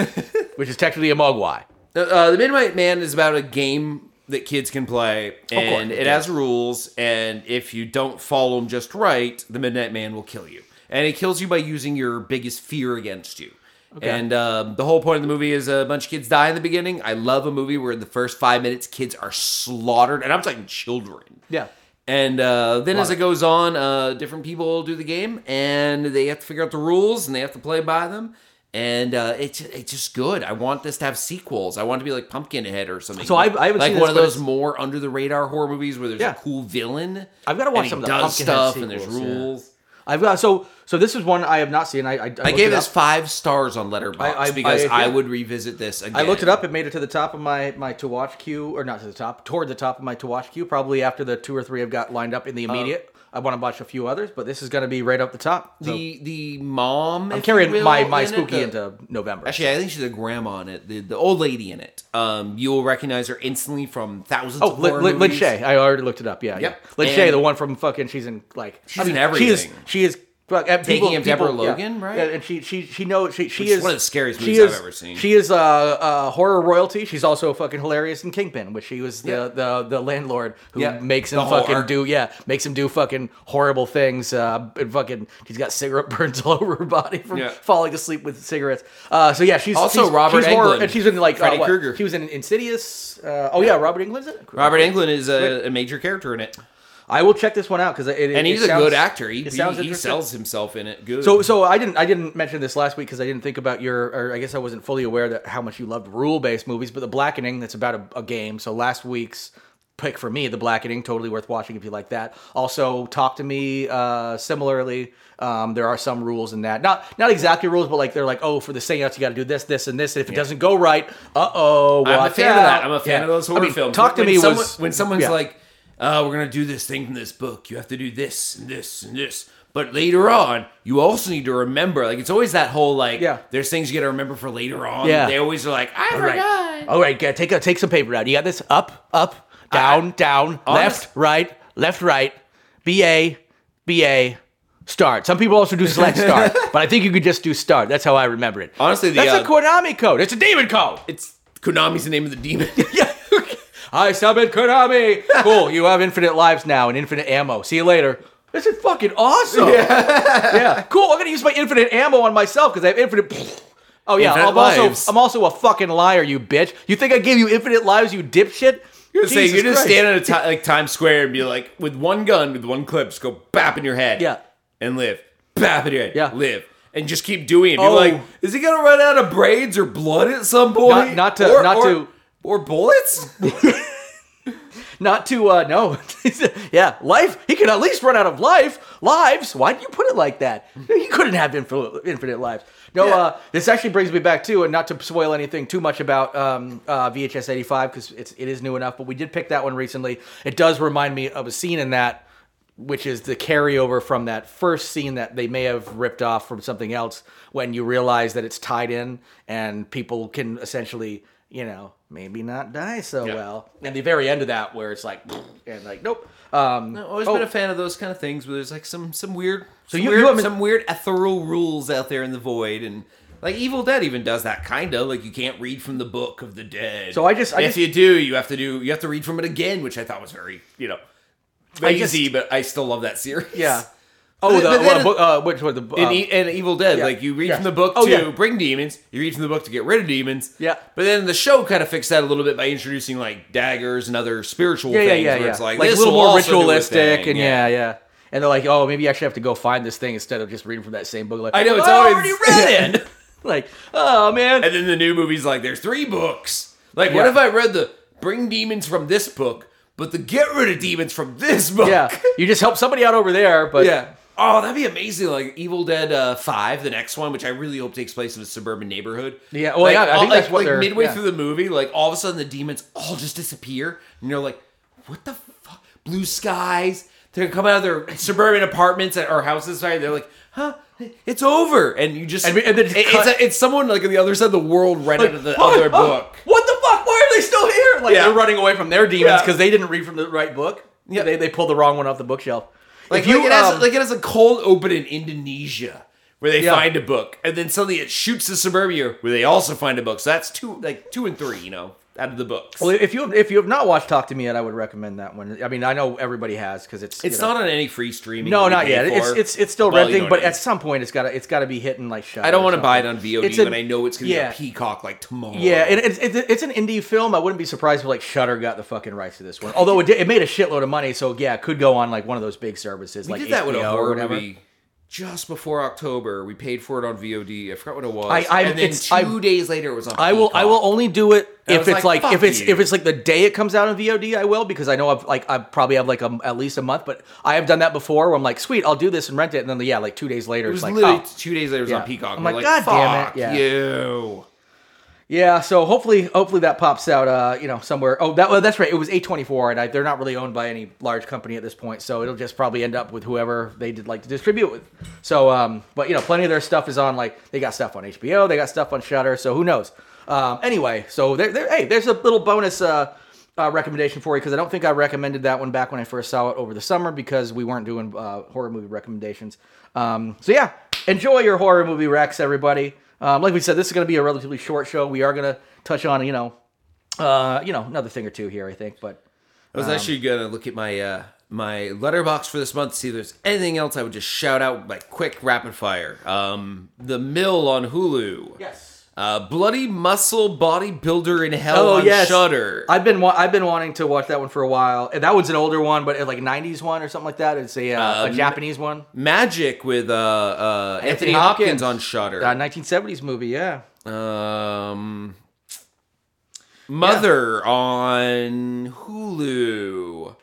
S3: which is technically a Mogwai.
S4: The, uh, the Midnight Man is about a game that kids can play, and it has rules. And if you don't follow them just right, the Midnight Man will kill you. And it kills you by using your biggest fear against you. And um, the whole point of the movie is a bunch of kids die in the beginning. I love a movie where in the first five minutes kids are slaughtered, and I'm talking children.
S3: Yeah.
S4: And uh, then as it goes on, uh, different people do the game, and they have to figure out the rules, and they have to play by them. And uh, it's it's just good. I want this to have sequels. I want it to be like Pumpkinhead or something.
S3: So I- I haven't
S4: like
S3: seen
S4: one
S3: this,
S4: of
S3: but
S4: those
S3: it's-
S4: more under the radar horror movies where there's
S3: Yeah.
S4: a cool villain.
S3: I've gotta watch
S4: and he
S3: some of the
S4: does
S3: Pumpkinhead
S4: stuff, and there's
S3: sequels, yeah.
S4: rules.
S3: I've got so so. This is one I have not seen. I I,
S4: I
S3: looked
S4: gave
S3: it
S4: this
S3: up.
S4: five stars on Letterboxd
S3: I- I-
S4: because
S3: I-
S4: I,
S3: yeah.
S4: would revisit this again.
S3: I looked it up. It made it to the top of my my to watch queue, or not to the top, toward the top of my to watch queue. Probably after the two or three I've got lined up in the immediate. I want to watch a few others, but this is going to be right up the top. So
S4: The the mom.
S3: I'm carrying my my
S4: spooky
S3: spooky into November.
S4: Actually, I think she's a grandma in it. The, the old lady in it. Um, you will recognize her instantly from thousands.
S3: oh,
S4: of
S3: Lin,
S4: horror
S3: Lin, Lin
S4: movies.
S3: Shay. I already looked it up. Yeah.
S4: Yep.
S3: Yeah. Lin Shay,
S4: And-
S3: the one from fucking. She's in like.
S4: She's in
S3: She is.
S4: everything.
S3: She is. fuck, and
S4: Taking
S3: people-
S4: of Deborah
S3: people- yeah.
S4: Logan, right?
S3: Yeah, and she she she knows she she
S4: Which is
S3: is
S4: one of the scariest
S3: she
S4: movies I've
S3: is-
S4: ever seen.
S3: She is uh, uh horror royalty. She's also fucking hilarious in Kingpin, which she was the
S4: Yeah.
S3: the, the landlord who
S4: Yeah.
S3: makes him
S4: The whole
S3: fucking
S4: arc.
S3: do yeah makes him do fucking horrible things. Uh, and fucking she's got cigarette [LAUGHS] burns all over her body from
S4: Yeah.
S3: falling asleep with cigarettes. Uh, so yeah, she's
S4: Also
S3: she's,
S4: Robert
S3: she's horror-
S4: Englund.
S3: and she's in like uh,
S4: Freddy
S3: what?
S4: Krueger.
S3: She was in Insidious. Uh, oh yeah, Robert Englund's in it.
S4: Robert Englund is a, a major character in it,
S3: I will check this one out because it, it-
S4: and
S3: it
S4: he's a
S3: sounds-
S4: good actor. He,
S3: it
S4: he,
S3: sounds
S4: he
S3: interesting.
S4: sells himself in it. Good.
S3: So, so I didn't, I didn't mention this last week because I didn't think about your, or I guess I wasn't fully aware that how much you loved rule-based movies. But The Blackening, that's about a, a game. So last week's pick for me, The Blackening, totally worth watching if you like that. Also, Talk to Me. Uh, similarly, um, there are some rules in that. Not, not exactly rules, but like they're like, oh, for the seance, you got to do this, this, and this. And if it doesn't go right, uh oh.
S4: I'm a fan of that. I'm a fan of those horror films.
S3: Talk to
S4: When
S3: me
S4: someone-
S3: was
S4: when someone's
S3: yeah.
S4: like, uh, "We're gonna do this thing from this book. You have to do this and this and this." But later on, you also need to remember. Like it's always that whole like,
S3: Yeah.
S4: there's things you got to remember for later on.
S3: Yeah.
S4: They always are like, "I
S3: All
S4: forgot."
S3: right. All right, get- take a, take some paper out. You got this. Up, up, down, down,
S4: Honest-
S3: left, right, left, right. B A, B A, start. Some people also do
S4: [LAUGHS]
S3: select start, but I think you could just do start. That's how I remember it.
S4: Honestly, the,
S3: that's
S4: uh,
S3: a Konami code. It's a demon code.
S4: It's Konami's the name of the demon.
S3: yeah. [LAUGHS] I summon Konami. cool. You have infinite lives now and infinite ammo. See you later. This is fucking awesome. [LAUGHS] Yeah. Cool. I'm gonna use my infinite ammo on myself because I have infinite. [LAUGHS] Oh yeah.
S4: Infinite
S3: I'm also
S4: lives.
S3: I'm also a fucking liar, you bitch. You think I gave you infinite lives, you dipshit? You're
S4: Say you just stand at a ti- like Times Square and be like, with one gun, with one clip, just go bap in your head.
S3: Yeah.
S4: And live. Bap in your head.
S3: Yeah.
S4: Live. And just keep doing it. You're
S3: Oh.
S4: like, is he gonna run out of braids or blood at some point?
S3: Not- not to-
S4: Or-
S3: not
S4: or-
S3: to-
S4: Or bullets?
S3: Not to uh no. [LAUGHS] yeah, life. He could at least run out of life lives. Why did you put it like that? He couldn't have infinite, infinite lives. No,
S4: Yeah.
S3: uh, this actually brings me back to, and not to spoil anything too much about um, uh, VHS eighty five because it's it is new enough. But we did pick that one recently. It does remind me of a scene in that, which is the carryover from that first scene that they may have ripped off from something else. When you realize that it's tied in, and people can essentially, you know, maybe not die so well. And the very end of that, where it's like, [SNIFFS] and like, nope. Um,
S4: I've always
S3: Oh.
S4: been a fan of those kind of things where there's like some some weird so
S3: you-
S4: weird,
S3: you haven't-
S4: some weird ethereal rules out there in the void and like Evil Dead even does that kind of like you can't read from the book of the dead.
S3: So I just- I
S4: if
S3: just-
S4: you do, you have to do you have to read from it again, which I thought was very you know
S3: I just-
S4: lazy, but I still love that series.
S3: yeah. Oh,
S4: But-
S3: the,
S4: but
S3: well,
S4: then-
S3: book, uh, which one? The
S4: [LAUGHS] And,
S3: um,
S4: E- and Evil Dead,
S3: yeah,
S4: like you read
S3: yeah.
S4: from the book
S3: Oh,
S4: to
S3: yeah.
S4: bring demons, you read from the book to get rid of demons.
S3: Yeah.
S4: But then the show kind of fixed that a little bit by introducing like daggers and other spiritual
S3: yeah, yeah,
S4: things.
S3: yeah,
S4: where
S3: yeah.
S4: It's like,
S3: like a
S4: this
S3: little
S4: will
S3: more
S4: also do a
S3: ritualistic,
S4: thing,
S3: and yeah. yeah, And they're like, oh, maybe you actually have to go find this thing instead of just reading from that same book. Like, "Oh,
S4: I know it's
S3: "I
S4: always
S3: already read it. [LAUGHS] like, oh
S4: [LAUGHS]
S3: man,
S4: And then the new movie's like, there's three books. Like, what
S3: Yeah.
S4: if I read the Bring Demons from this book, but the Get Rid of Demons from this book?
S3: yeah. You just help somebody out over there, but
S4: yeah. Oh, that'd be amazing! Like Evil Dead uh, Five, the next one, which I really hope takes place in a suburban neighborhood.
S3: Yeah, well,
S4: Like,
S3: yeah, I
S4: all-
S3: think
S4: like,
S3: that's what
S4: like,
S3: they're-
S4: midway
S3: yeah.
S4: through the movie, like all of a sudden the demons all just disappear, and you're like, "What the fuck?" Blue skies. They're coming out of their suburban apartments or houses. Sorry, they're like, "Huh." It's over, and you just
S3: And we- and then just
S4: it-
S3: cut.
S4: it's, it's someone like on the other side of the world read out of the
S3: "Oh,
S4: other
S3: oh,
S4: book.
S3: [LAUGHS] What the fuck? Why are they still here? Like
S4: Yeah.
S3: they're running away from their demons
S4: Yeah.
S3: because they didn't read from the right book.
S4: Yeah.
S3: they they pulled the wrong one off the bookshelf.
S4: Like
S3: If you,
S4: like, it has,
S3: um,
S4: like it has a cold open in Indonesia where they
S3: Yeah.
S4: find a book, and then suddenly it shoots to suburbia where they also find a book. So that's two, like two and three, you know. out of the books.
S3: Well, if you if you have not watched Talk to Me yet, I would recommend that one. I mean, I know everybody has because it's you
S4: it's
S3: know-
S4: not on any free streaming.
S3: no
S4: that you
S3: not
S4: pay
S3: yet. It's
S4: for.
S3: it's it's still
S4: Well, you
S3: renting,
S4: know
S3: but
S4: what I
S3: at some point it's gotta it's gotta be hitting like Shudder
S4: I don't
S3: or
S4: want to buy it on
S3: something.
S4: VOD
S3: It's a-
S4: when I know it's going to
S3: yeah.
S4: be a Peacock like tomorrow.
S3: Yeah, and it's, it's it's an indie film. I wouldn't be surprised if like Shutter got the fucking rights to this one. Although it, did, it made a shitload of money, so yeah, it could go on like one of those big services.
S4: we
S3: like
S4: did that with a
S3: HBO or
S4: horror
S3: whatever.
S4: movie just before October. We paid for it on VOD. I forgot what it was.
S3: I- I-
S4: and then
S3: it's-
S4: two
S3: I-
S4: days later, it was on.
S3: I will. I will
S4: Peacock.
S3: only do it
S4: Oh And I
S3: if
S4: was
S3: it's
S4: like,
S3: like, if
S4: "Fuck
S3: it's
S4: you."
S3: if it's like the day it comes out on VOD. I will because I know I've like I probably have like a, at least a month, but I have done that before. Where I'm like, sweet, I'll do this and rent it, and then yeah, like two days later,
S4: It
S3: it's
S4: was
S3: like,
S4: literally
S3: oh.
S4: two days later. It was on
S3: Yeah.
S4: Peacock.
S3: I'm
S4: We're
S3: like,
S4: like,
S3: "God damn it."
S4: fuck
S3: Yeah.
S4: you.
S3: yeah. So hopefully, hopefully that pops out. Uh, you know, somewhere. Oh, that well, that's right. It was A24, and I, they're not really owned by any large company at this point, so it'll just probably end up with whoever they did like to distribute with. So, um, but you know, plenty of their stuff is on like they got stuff on HBO, they got stuff on Shutter, so who knows? Um, anyway, so there, there. Hey, there's a little bonus. Uh, uh, recommendation for you because I don't think I recommended that one back when I first saw it over the summer because we weren't doing uh, horror movie recommendations. Um, so yeah, enjoy your horror movie Rex, everybody. Um, like we said, this is going to be a relatively short show. We are going to touch on you know, uh, you know, another thing or two here, I think. But
S4: I was actually gonna look at my uh, my letterbox for this month to see if there's anything else I would just shout out like quick rapid fire. Um, the Mill on Hulu.
S3: yes,
S4: Uh, Bloody Muscle Bodybuilder in Hell
S3: oh
S4: on
S3: yes,
S4: Shudder.
S3: I've been wa- I've been wanting to watch that one for a while. And that one's an older one, but uh, like '90s one or something like that. It's a uh,
S4: Um,
S3: a Japanese one,
S4: Magic with uh, uh, Anthony, Hopkins.
S3: Hopkins.
S4: on Shudder.
S3: uh, 1970s movie. Yeah,
S4: Um, Mother on Hulu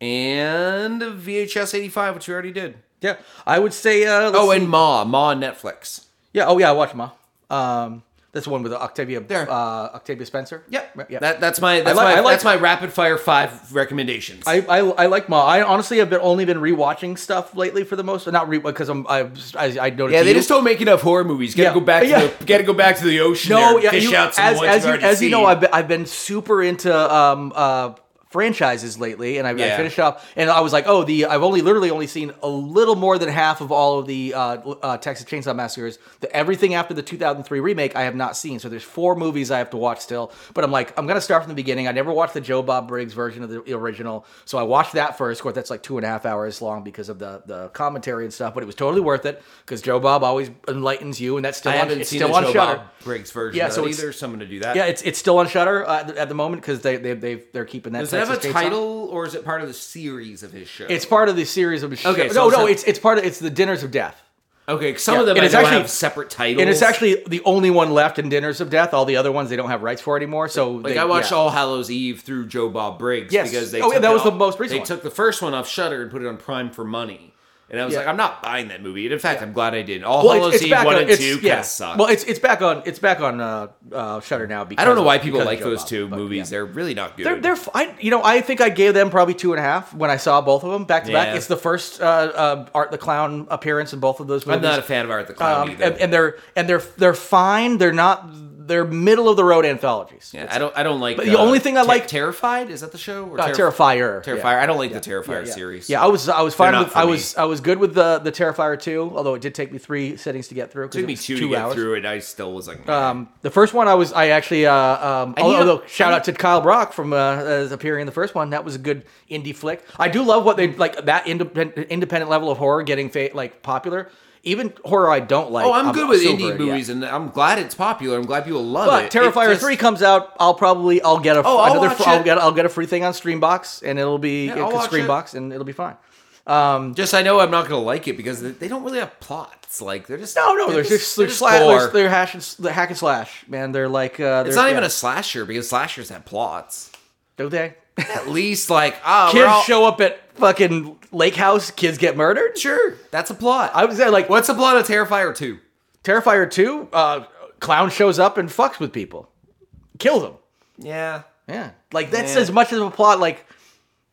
S4: and VHS 85, which we already did.
S3: yeah. I would say. Uh, let's
S4: Oh,
S3: see.
S4: and Ma, Ma on Netflix.
S3: Yeah. Oh, yeah. I watched Ma. Um, that's the one with Octavia.
S4: There.
S3: Uh, Octavia Spencer.
S4: Yep.
S3: Yeah.
S4: That, that's my that's
S3: like-
S4: my
S3: I like-
S4: that's my rapid fire five recommendations.
S3: I, I, I like Ma. I honestly have been only been rewatching stuff lately for the most, not re because I'm I I, I noticed.
S4: yeah, they
S3: you-
S4: just don't make enough horror movies. Gotta
S3: Yeah.
S4: go back to
S3: Yeah.
S4: the gotta go back to the ocean.
S3: no.
S4: there,
S3: Yeah,
S4: fish
S3: you,
S4: out some
S3: as
S4: ones
S3: as you
S4: already
S3: as you know,
S4: seen.
S3: I've been, I've been super into um uh franchises lately, and I,
S4: Yeah.
S3: I finished up, and I was like, oh, the I've only literally only seen a little more than half of all of the uh, uh, Texas Chainsaw Massacres. The everything after the 2003 remake, I have not seen. So there's four movies I have to watch still. But I'm like, I'm gonna start from the beginning. I never watched the Joe Bob Briggs version of the original, so I watched that first. Of course, that's like two and a half hours long because of the the commentary and stuff. But it was totally worth it because Joe Bob always enlightens you, and that's still
S4: I
S3: on,
S4: haven't
S3: it's
S4: seen
S3: still
S4: the
S3: on
S4: Joe
S3: Shudder.
S4: Bob Briggs version
S3: Yeah,
S4: of
S3: so
S4: it
S3: it's-
S4: either, so I'm gonna do that.
S3: Yeah, it's it's still on Shutter uh, at, the- at the moment because they they they they're keeping that.
S4: Does it have
S3: Texas
S4: a
S3: Chainsaw.
S4: title or is it part of the series of his show?
S3: It's part of the series of
S4: Okay,
S3: okay.
S4: so
S3: No,
S4: it's
S3: no,
S4: a-
S3: it's it's part of it's the Dinners of Death,
S4: okay, 'cause some
S3: yeah,
S4: of them
S3: and
S4: I
S3: it's
S4: know
S3: actually-
S4: have separate titles.
S3: and it's actually the only one left in Dinners of Death. All the other ones they don't have rights for anymore. So
S4: Like
S3: they,
S4: I watched
S3: yeah.
S4: All Hallows Eve through Joe Bob Briggs
S3: Yes.
S4: because they
S3: Oh, yeah,
S4: took
S3: that
S4: it
S3: was the
S4: off-
S3: most recent
S4: They
S3: one.
S4: took the first one off Shutter and put it on Prime for money, and I was
S3: Yeah.
S4: like, I'm not buying that movie. And in fact, I'm glad I did. All
S3: Well,
S4: Hallows
S3: it's, it's
S4: Eve
S3: back
S4: one
S3: on,
S4: and
S3: it's,
S4: two
S3: yeah.
S4: kind of suck.
S3: Well, it's it's back on it's back on uh, uh, Shutter now. Because
S4: I don't know
S3: of-
S4: why people
S3: because of
S4: like
S3: Joe
S4: those
S3: Bob,
S4: two
S3: but,
S4: movies.
S3: yeah.
S4: They're really not good.
S3: They're, they're, f- I, you know, I think I gave them probably two and a half when I saw both of them back to
S4: Yeah.
S3: back. It's the first uh, uh, Art the Clown appearance in both of those movies.
S4: I'm not a fan of Art the Clown
S3: um, and,
S4: either.
S3: and they're and they're they're fine. They're not they're middle of the road anthologies.
S4: yeah, I don't. I don't like.
S3: the only thing I
S4: Ter-
S3: like-
S4: Terrified is that the show? Or
S3: Uh,
S4: Terrif-
S3: Terrifier.
S4: Terrifier.
S3: Yeah.
S4: I don't like the Terrifier
S3: Yeah.
S4: series.
S3: Yeah, I was I was
S4: They're
S3: fine
S4: not
S3: with
S4: for
S3: I
S4: me.
S3: was I was good with the the Terrifier 2, although it did take me 3 sittings to get through
S4: it took me two, to get through it. I still was like, nah.
S3: Um, the first one I was I actually uh, um
S4: need
S3: although,
S4: a-
S3: although shout out to Kyle Brock from uh, uh, appearing in the first one that was a good indie flick. I do love what they like that independent independent level of horror getting fa- like popular. Even horror I don't like.
S4: Oh, I'm, good with
S3: super
S4: indie
S3: into, yeah.
S4: movies, and I'm glad it's popular. I'm glad people love
S3: But
S4: it. It
S3: Terrifier
S4: just-
S3: three comes out. I'll probably I'll get a
S4: Oh, I'll
S3: another
S4: watch
S3: fr- I'll
S4: it.
S3: get I'll get a free thing on Streambox and it'll be
S4: Yeah,
S3: yeah,
S4: I'll watch it.
S3: Screenbox and it'll be fine.
S4: Just I know I'm not gonna like it because they- they don't really have plots. Like they're just
S3: No, no,
S4: they're
S3: they're just they're, sla-
S4: gore.
S3: they're, they're hash and, s- they're hack and slash, man. They're like uh,
S4: It's not even a slasher because slashers have plots.
S3: do they?
S4: At least like oh, we're
S3: Kids
S4: all-
S3: show up at fucking lake house. Kids get murdered.
S4: Sure, that's a plot.
S3: I was there like
S4: What's the plot of Terrifier two?
S3: Terrifier two. Uh, clown shows up and fucks with people, kills them.
S4: Yeah.
S3: Yeah, like that's
S4: Yeah.
S3: as much of a plot. Like,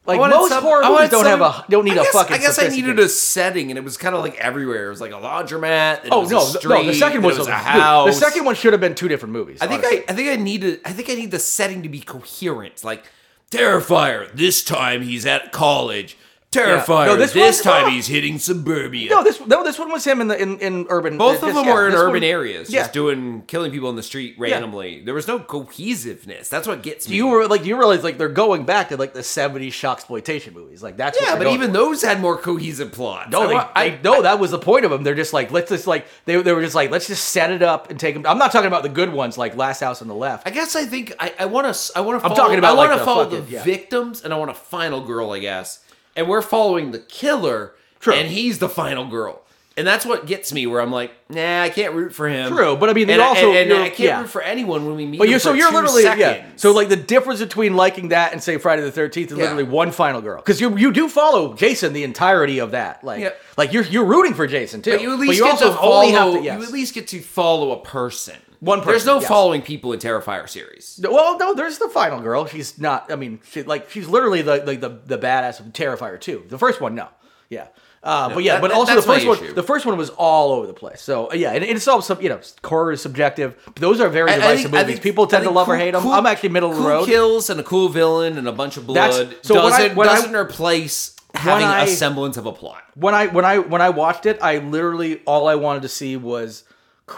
S3: like
S4: wanted
S3: most
S4: some-
S3: horror
S4: I
S3: movies
S4: wanted
S3: don't have
S4: some-
S3: a don't need
S4: I guess,
S3: a fucking.
S4: I guess I needed
S3: sophisticated-
S4: a setting, and it was kind of like everywhere. It was like a laundromat. then it
S3: Oh
S4: was
S3: no,
S4: a
S3: th-
S4: street,
S3: no! The second
S4: then
S3: one
S4: it was a
S3: dude,
S4: house.
S3: The second one should have been two different movies.
S4: I think
S3: honestly.
S4: I, I think I need to, I think I need the setting to be coherent. Like Terrifier, this time he's at college. Terrifier.
S3: No,
S4: this
S3: this one's-
S4: time
S3: ah!
S4: he's hitting suburbia.
S3: No, this no, this one was him in the in, in urban.
S4: Both
S3: uh,
S4: of
S3: just-
S4: them
S3: yeah,
S4: were in
S3: this
S4: urban
S3: one-
S4: areas,
S3: yeah.
S4: just doing killing people in the street randomly. There was no cohesiveness. That's what gets me.
S3: You were like you realize like they're going back to like the '70s shock exploitation movies. Like that's
S4: yeah,
S3: what they're
S4: but
S3: going
S4: even
S3: for.
S4: those had more cohesive plots.
S3: No,
S4: I
S3: they,
S4: wa- I,
S3: they- no, that was the point of them. They're just like, let's just like they, they were just like, let's just set it up and take them. I'm not talking about the good ones like Last House on the Left.
S4: I guess I think I I want to I want to.
S3: I'm talking about,
S4: I want
S3: like,
S4: to
S3: the
S4: follow
S3: fucking-
S4: the
S3: yeah.
S4: victims and I want a final girl, I guess. And we're following the killer,
S3: True.
S4: and he's the final girl, and that's what gets me. Where I'm like, nah, I can't root for him.
S3: True, but I mean, they
S4: and I-
S3: also-
S4: and- and
S3: you're-
S4: I can't
S3: yeah.
S4: root for anyone when we meet.
S3: But
S4: him
S3: you're so
S4: for
S3: you're
S4: two
S3: literally yeah.
S4: seconds.
S3: So like the difference between liking that and say Friday the Thirteenth is
S4: Yeah.
S3: literally one final girl because you you do follow Jason the entirety of that. Like
S4: Yeah.
S3: like you're you're rooting for Jason too.
S4: But you at least get to follow. You at least get to follow a person.
S3: One
S4: There's
S3: person,
S4: no
S3: yes.
S4: following people in Terrifier series.
S3: Well, no, there's the final girl. She's not. I mean, she like she's literally the like the, the badass of Terrifier too. The first one, no, yeah, uh, but yeah,
S4: that-
S3: but
S4: that-
S3: also the
S4: that's my
S3: first one,
S4: issue.
S3: the first one was all over the place. So uh, yeah, and, and it's all sub, you know, horror is subjective. But those are very
S4: I- I
S3: divisive
S4: think- I
S3: movies.
S4: think-
S3: People
S4: I
S3: tend to
S4: think
S3: love or
S4: cool-
S3: hate them.
S4: cool-
S3: I'm actually middle of the
S4: cool
S3: road.
S4: kills and a cool villain and a bunch of blood
S3: That's- so when I-
S4: doesn't
S3: when I-
S4: doesn't replace having
S3: I-
S4: a semblance of a plot.
S3: when I when I when I watched it, I literally all I wanted to see was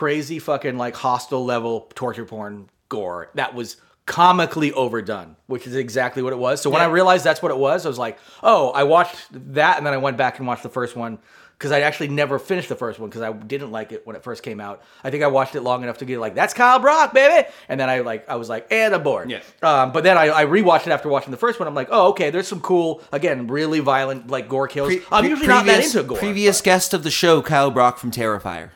S3: crazy fucking like hostile level torture porn gore that was comically overdone, which is exactly what it was. So when I realized that's what it was, I was like, oh, I watched that, and then I went back and watched the first one because I actually never finished the first one because I didn't like it when it first came out. I think I watched it long enough to get like, that's Kyle Brock, baby, and then I like I was like, and I'm bored.
S4: Yeah.
S3: Um, but then I, I rewatched it after watching the first one. I'm like, oh, okay, there's some cool, again, really violent like gore kills. I'm Um, usually not that into gore.
S4: Previous guest of the show, Kyle Brock from Terrifier.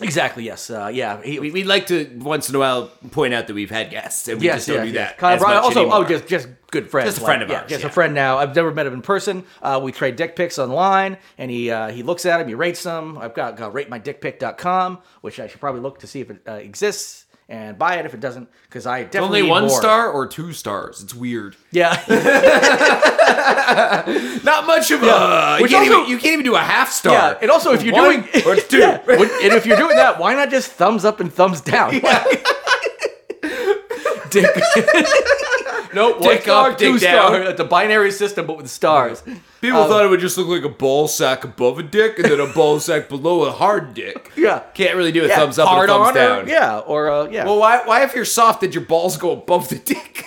S3: but- exactly. Yes. Uh, yeah. He,
S4: We, we like to once in a while point out that we've had guests, and we
S3: yes.
S4: just don't
S3: yes,
S4: do
S3: yes.
S4: that.
S3: Kyle
S4: as
S3: Brown.
S4: much
S3: Also,
S4: anymore.
S3: oh, just just good friends.
S4: Just a friend of
S3: yeah,
S4: ours,
S3: Just
S4: yeah.
S3: a friend now. I've never met him in person. Uh, we trade dick pics online, and he uh, he looks at him. He rates them. I've got, got ratemydickpic.com, which I should probably look to see if it uh, exists and buy it if it doesn't, because I definitely
S4: only
S3: need
S4: one
S3: more.
S4: star or two stars. It's weird.
S3: Yeah. [LAUGHS]
S4: Not much of a. You
S3: Which
S4: can't,
S3: also-
S4: even, you can't even do a half star.
S3: Yeah, and also if you're
S4: One
S3: doing
S4: or two.
S3: [LAUGHS] Yeah, when- and if you're doing that, why not just thumbs up and thumbs down? dick. no, one
S4: Dick
S3: star,
S4: up, dick
S3: two star.
S4: down.
S3: It's a binary system, but with stars.
S4: People
S3: Um,
S4: thought it would just look like a ball sack above a dick and then a
S3: [LAUGHS]
S4: ball sack below a hard dick.
S3: Yeah.
S4: Can't really do a
S3: Yeah,
S4: thumbs up
S3: hard
S4: and a thumbs down.
S3: on Or, yeah, or uh, yeah.
S4: Well, why, why if you're soft did your balls go above the dick?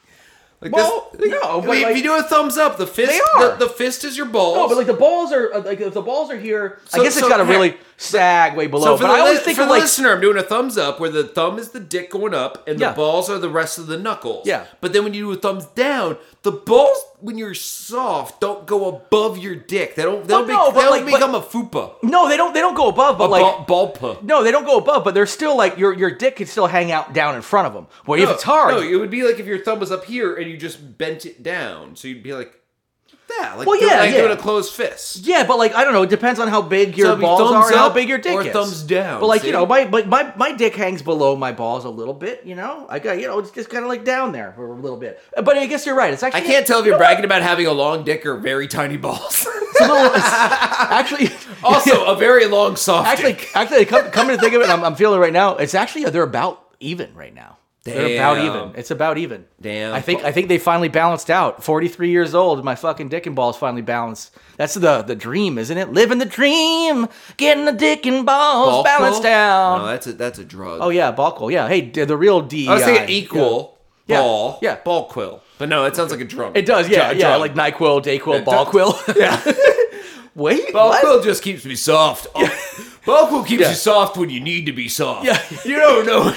S4: [LAUGHS] like
S3: Well,
S4: I
S3: no, but
S4: mean,
S3: like-
S4: if you do a thumbs up, the fist
S3: They are.
S4: The, the fist is your balls.
S3: no, but like the balls are uh, like if the balls are here.
S4: So-
S3: I guess
S4: so,
S3: it's got to
S4: here-
S3: really sag way below.
S4: so for
S3: but
S4: the,
S3: I always
S4: li-
S3: think
S4: for
S3: of
S4: the
S3: like
S4: listener, I'm doing a thumbs up where the thumb is the dick going up and
S3: Yeah.
S4: the balls are the rest of the knuckles.
S3: Yeah.
S4: But then when you do a thumbs down, the balls when you're soft don't go above your dick. They don't. They'll,
S3: Well, no,
S4: be,
S3: but
S4: they'll
S3: like- but-
S4: become a fupa.
S3: no, they don't. They don't go above, but
S4: A
S3: like
S4: ball, ball pu.
S3: no, they don't go above, but they're still like your your dick can still hang out down in front of them. Where if
S4: No,
S3: it's hard,
S4: No, it would be like if your thumb was up here and you just bent it down. So you'd be like that, like,
S3: Well,
S4: do-
S3: yeah,
S4: like
S3: yeah.
S4: doing a closed fist.
S3: Yeah, but like I don't know. It depends on how big your
S4: it'd be
S3: balls
S4: thumbs
S3: are and how
S4: up
S3: big your dick
S4: or
S3: is.
S4: thumbs down,
S3: But like
S4: see?
S3: you know, my, my my my dick hangs below my balls a little bit. You know, I got you know it's just kind of like down there for a little bit. Uh, But I guess you're right. It's
S4: I
S3: actually
S4: can't tell if you're bragging about having a long dick or very tiny balls. [LAUGHS]
S3: It's a little, it's actually
S4: also, [LAUGHS] a very long soft
S3: actually
S4: dick.
S3: [LAUGHS] actually come, coming to think of it, I'm, I'm feeling it right now. It's actually they're about even right now. They're about
S4: Damn.
S3: even. It's about even.
S4: Damn.
S3: I think I think they finally balanced out. 43 years old, my fucking dick and balls finally balanced. That's the the dream, isn't it? Living the dream, getting the dick and balls
S4: Ball
S3: balanced
S4: pull?
S3: out.
S4: No, that's a that's a drug.
S3: Oh yeah, ball quill. Yeah. Hey, d- the real D. uh,
S4: I was thinking equal
S3: Yeah.
S4: ball.
S3: Yeah.
S4: ball quill. But no, it sounds like a drug.
S3: It does. Yeah.
S4: Dr-
S3: yeah.
S4: drug.
S3: Like Nyquil, Dayquil, ball
S4: d- [LAUGHS]
S3: quill. Yeah. [LAUGHS] Wait.
S4: Ball
S3: what?
S4: quill just keeps me soft. Ball quill keeps
S3: Yeah.
S4: you soft when you need to be soft.
S3: Yeah.
S4: You don't know.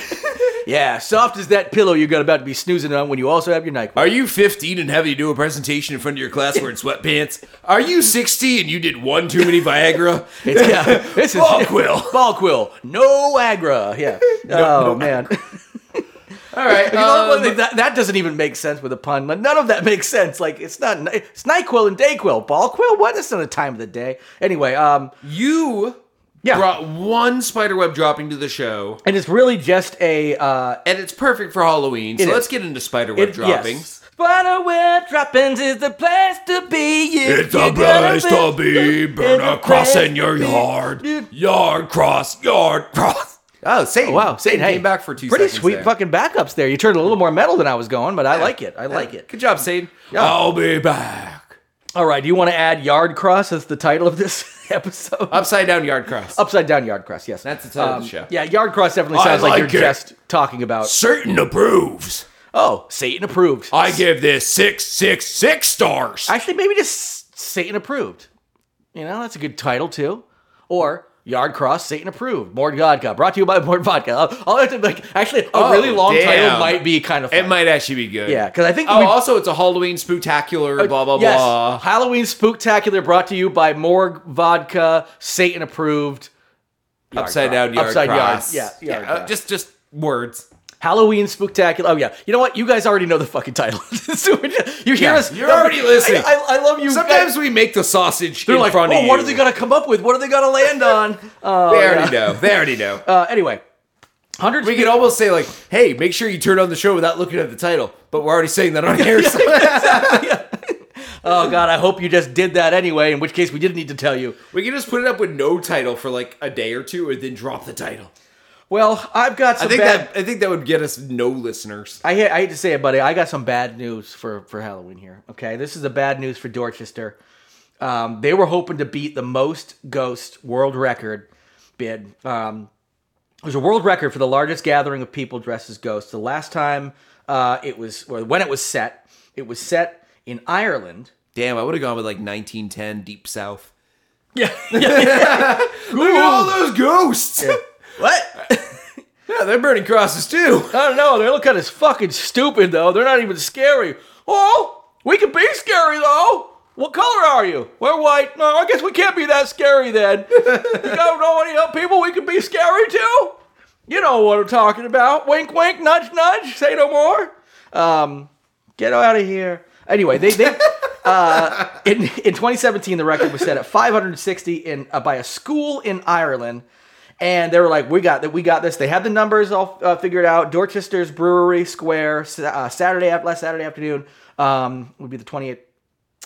S3: Yeah. Soft as that pillow you got about to be snoozing on when you also have your Nyquil.
S4: Are you 15 and having to do a presentation in front of your class wearing sweatpants? Are you 60 and you did one too many
S3: [LAUGHS]
S4: Viagra? [LAUGHS]
S3: It's, yeah. This is
S4: Ball
S3: [LAUGHS]
S4: quill.
S3: Ball quill. No agra.
S4: [LAUGHS]
S3: Yeah. oh man.
S4: All [LAUGHS] right.
S3: You know what?
S4: um,
S3: that, that doesn't even make sense with a pun. Like, None of that [LAUGHS] makes sense. Like it's not. It's Nyquil and Dayquil. Ball quill. What? That's not a time of the day. Anyway. Um.
S4: you
S3: Yeah.
S4: brought one spiderweb dropping to the show,
S3: And it's really just a. Uh,
S4: and it's perfect for Halloween. So
S3: It is.
S4: let's get into spiderweb
S3: It-
S4: droppings.
S3: Yes. Spider web droppings is the place to be. Yeah.
S1: It's
S3: You
S1: a
S3: gotta
S1: place to be, burn
S3: it's a
S1: a cross
S3: place
S1: in your
S3: to be.
S1: yard.
S3: Dude.
S1: Yard cross, yard cross.
S4: Oh, Satan.
S3: Wow,
S4: Satan
S3: hey,
S4: came back for two
S3: Pretty
S4: seconds
S3: sweet
S4: there.
S3: fucking backups there. You turned a little more metal than I was going, but I like it. I like it.
S4: Good job, Satan.
S1: I'll be back.
S3: All right. Do you want to add Yard Cross as the title of this [LAUGHS] episode?
S4: Upside down yard cross.
S3: Upside Down Yard Cross. Yes.
S4: That's the title of the show.
S3: Yeah, Yard Cross definitely
S2: I
S3: sounds like,
S2: like
S3: you're
S2: it.
S3: just talking about.
S2: Satan approves.
S3: Oh, Satan approved.
S2: I give this six, six, six stars.
S3: Actually, maybe just Satan approved. You know, that's a good title too. Or Yard Cross Satan approved. More Vodka brought to you by More Vodka. Uh, I'll- I'll have to like actually a really long title
S4: Oh, damn.
S3: might be kind of fun.
S4: It might actually be good.
S3: yeah, because I think
S4: Oh,
S3: we- Oh,
S4: also it's a Halloween spooktacular. Blah blah
S3: yes,
S4: blah.
S3: Halloween Spooktacular brought to you by Morgue Vodka Satan approved. Yard
S4: Upside
S3: cross.
S4: down yard
S3: Upside yard,
S4: cross.
S3: yeah, yard
S4: uh,
S3: cross.
S4: just just words.
S3: Halloween Spooktacular. Oh yeah, you know what? You guys already know the fucking title. [LAUGHS] So we're just- you hear
S4: Yeah,
S3: us?
S4: you're already listening.
S3: I, I, I love you.
S4: Sometimes we make the sausage.
S3: they're
S4: in
S3: like,
S4: front
S3: oh,
S4: of
S3: what
S4: you.
S3: are they gonna come up with? What are they gonna
S4: [LAUGHS]
S3: land on? Uh,
S4: They already know. They already
S3: [LAUGHS]
S4: know.
S3: uh, anyway, hundreds.
S4: we could almost say like, "Hey, make sure you turn on the show without looking at the title." But we're already saying that on air.
S3: [LAUGHS]
S4: so-
S3: oh god, I hope you just did that anyway. In which case, we didn't need to tell you.
S4: [LAUGHS] we can just put it up with no title for like a day or two, and then drop the title.
S3: Well, I've got some
S4: I think
S3: bad.
S4: that I think that would get us no listeners.
S3: I hate, I hate to say it, buddy. I got some bad news for, for Halloween here. Okay, this is the bad news for Dorchester. Um, they were hoping to beat the most ghost world record bid. Um, it was a world record for the largest gathering of people dressed as ghosts. The last time uh, it was, or when it was set, it was set in Ireland.
S4: Damn, I would have gone with like 1910 Deep South.
S3: [LAUGHS] Yeah.
S4: Look at all those ghosts. [LAUGHS] Yeah,
S3: what?
S4: they're burning crosses too.
S3: I don't know. They look kind of fucking stupid, though. They're not even scary. Oh, we can be scary, though. What color are you? We're white. No, I guess we can't be that scary then. you don't know any other people we can be scary to? You know what I'm talking about. Wink, wink, nudge, nudge. Say no more. Um, get out of here. Anyway, they they uh, in in 2017 the record was set at 560 in uh, by a school in Ireland, and they were like, we got that, we got this. They had the numbers all uh, figured out. Dorchester's Brewery Square s- uh, Saturday af- last Saturday afternoon um, would be the 28th.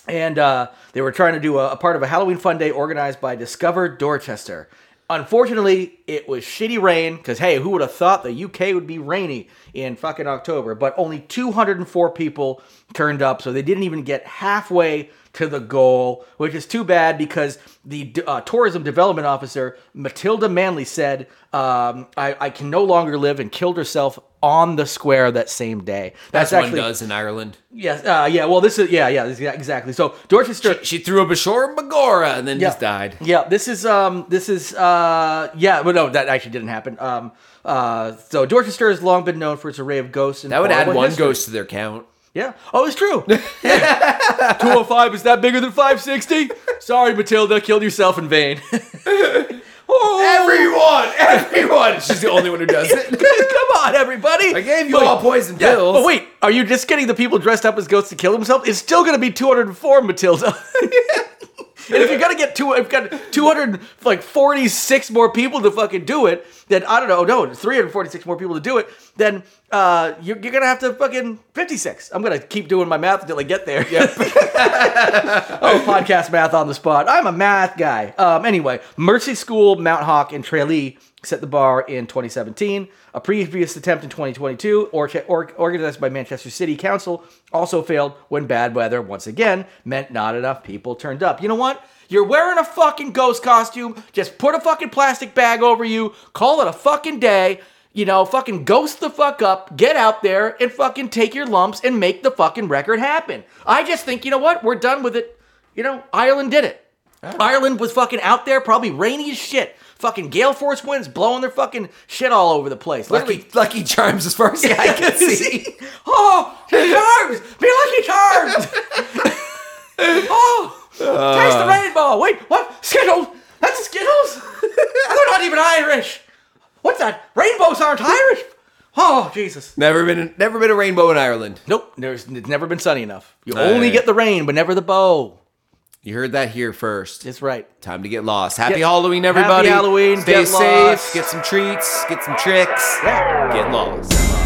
S3: And uh, they were trying to do a, a part of a Halloween fun day organized by Discover Dorchester. Unfortunately, it was shitty rain because, hey, who would have thought the UK would be rainy in fucking October? But only 204 people turned up, so they didn't even get halfway to the goal, which is too bad because the uh, tourism development officer, Matilda Manley, said, um, I, I can no longer live and killed herself on the square that same day. That's, actually.
S4: does in Ireland.
S3: Yes, uh, yeah, well, this is, yeah, yeah, this- yeah, exactly. So Dorchester.
S4: She threw up a shore in Megora and then just died.
S3: Yeah, this is um, this is uh, yeah, but no, that actually didn't happen. Um, uh, so Dorchester has long been known for its array of ghosts. And
S4: That would add
S3: horrible
S4: one
S3: history.
S4: ghost to their count.
S3: Yeah. Oh,
S4: [LAUGHS]
S3: it's true. Two hundred five is that bigger than five sixty? Sorry, Matilda, killed yourself in vain. [LAUGHS] oh,
S4: Everyone, [LAUGHS] everyone. She's the only one who does
S3: [LAUGHS]
S4: it.
S3: come on, everybody!
S4: I gave you
S3: But-
S4: all poison
S3: Yeah,
S4: pills.
S3: but wait, are you just getting the people dressed up as ghosts to kill themselves? It's still going to be 204, Matilda. [LAUGHS] and if you're going to get two, I've got 246 more people to fucking do it, then I don't know, no, 346 more people to do it, then uh, you're, you're going to have to fucking 56. I'm going to keep doing my math until I get there. [LAUGHS] oh, podcast math on the spot. I'm a math guy. Um, anyway, Mercy School, Mount Hawk, and Tralee set the bar in 2017. A previous attempt in 2022, or, or, organized by Manchester City Council, also failed when bad weather once again meant not enough people turned up. You know what? You're wearing a fucking ghost costume. Just put a fucking plastic bag over you. Call it a fucking day. You know, fucking ghost the fuck up, get out there and fucking take your lumps and make the fucking record happen. I just think, you know what? We're done with it. You know, Ireland did it. Ireland was fucking out there, probably rainy as shit. Fucking gale force winds blowing their fucking shit all over the place. [LAUGHS]
S4: Lucky, lucky charms as far as the eye can see.
S3: oh, charms! Be lucky charms! [LAUGHS] oh, taste the rainbow. Wait, what? Skittles? That's [LAUGHS] Skittles? They're not even Irish. What's that? Rainbows aren't Irish. Oh, Jesus.
S4: Never been, never been a rainbow in Ireland.
S3: Nope, there's it's never been sunny enough. You
S4: All
S3: only
S4: right.
S3: get the rain, but never the bow.
S4: You heard that here first.
S3: That's right.
S4: Time to get lost. Happy
S3: Get-
S4: Halloween,
S3: Happy
S4: everybody.
S3: Halloween.
S4: Stay
S3: Get
S4: safe.
S3: lost.
S4: Get some treats. Get some tricks.
S3: Yeah.
S4: Get lost.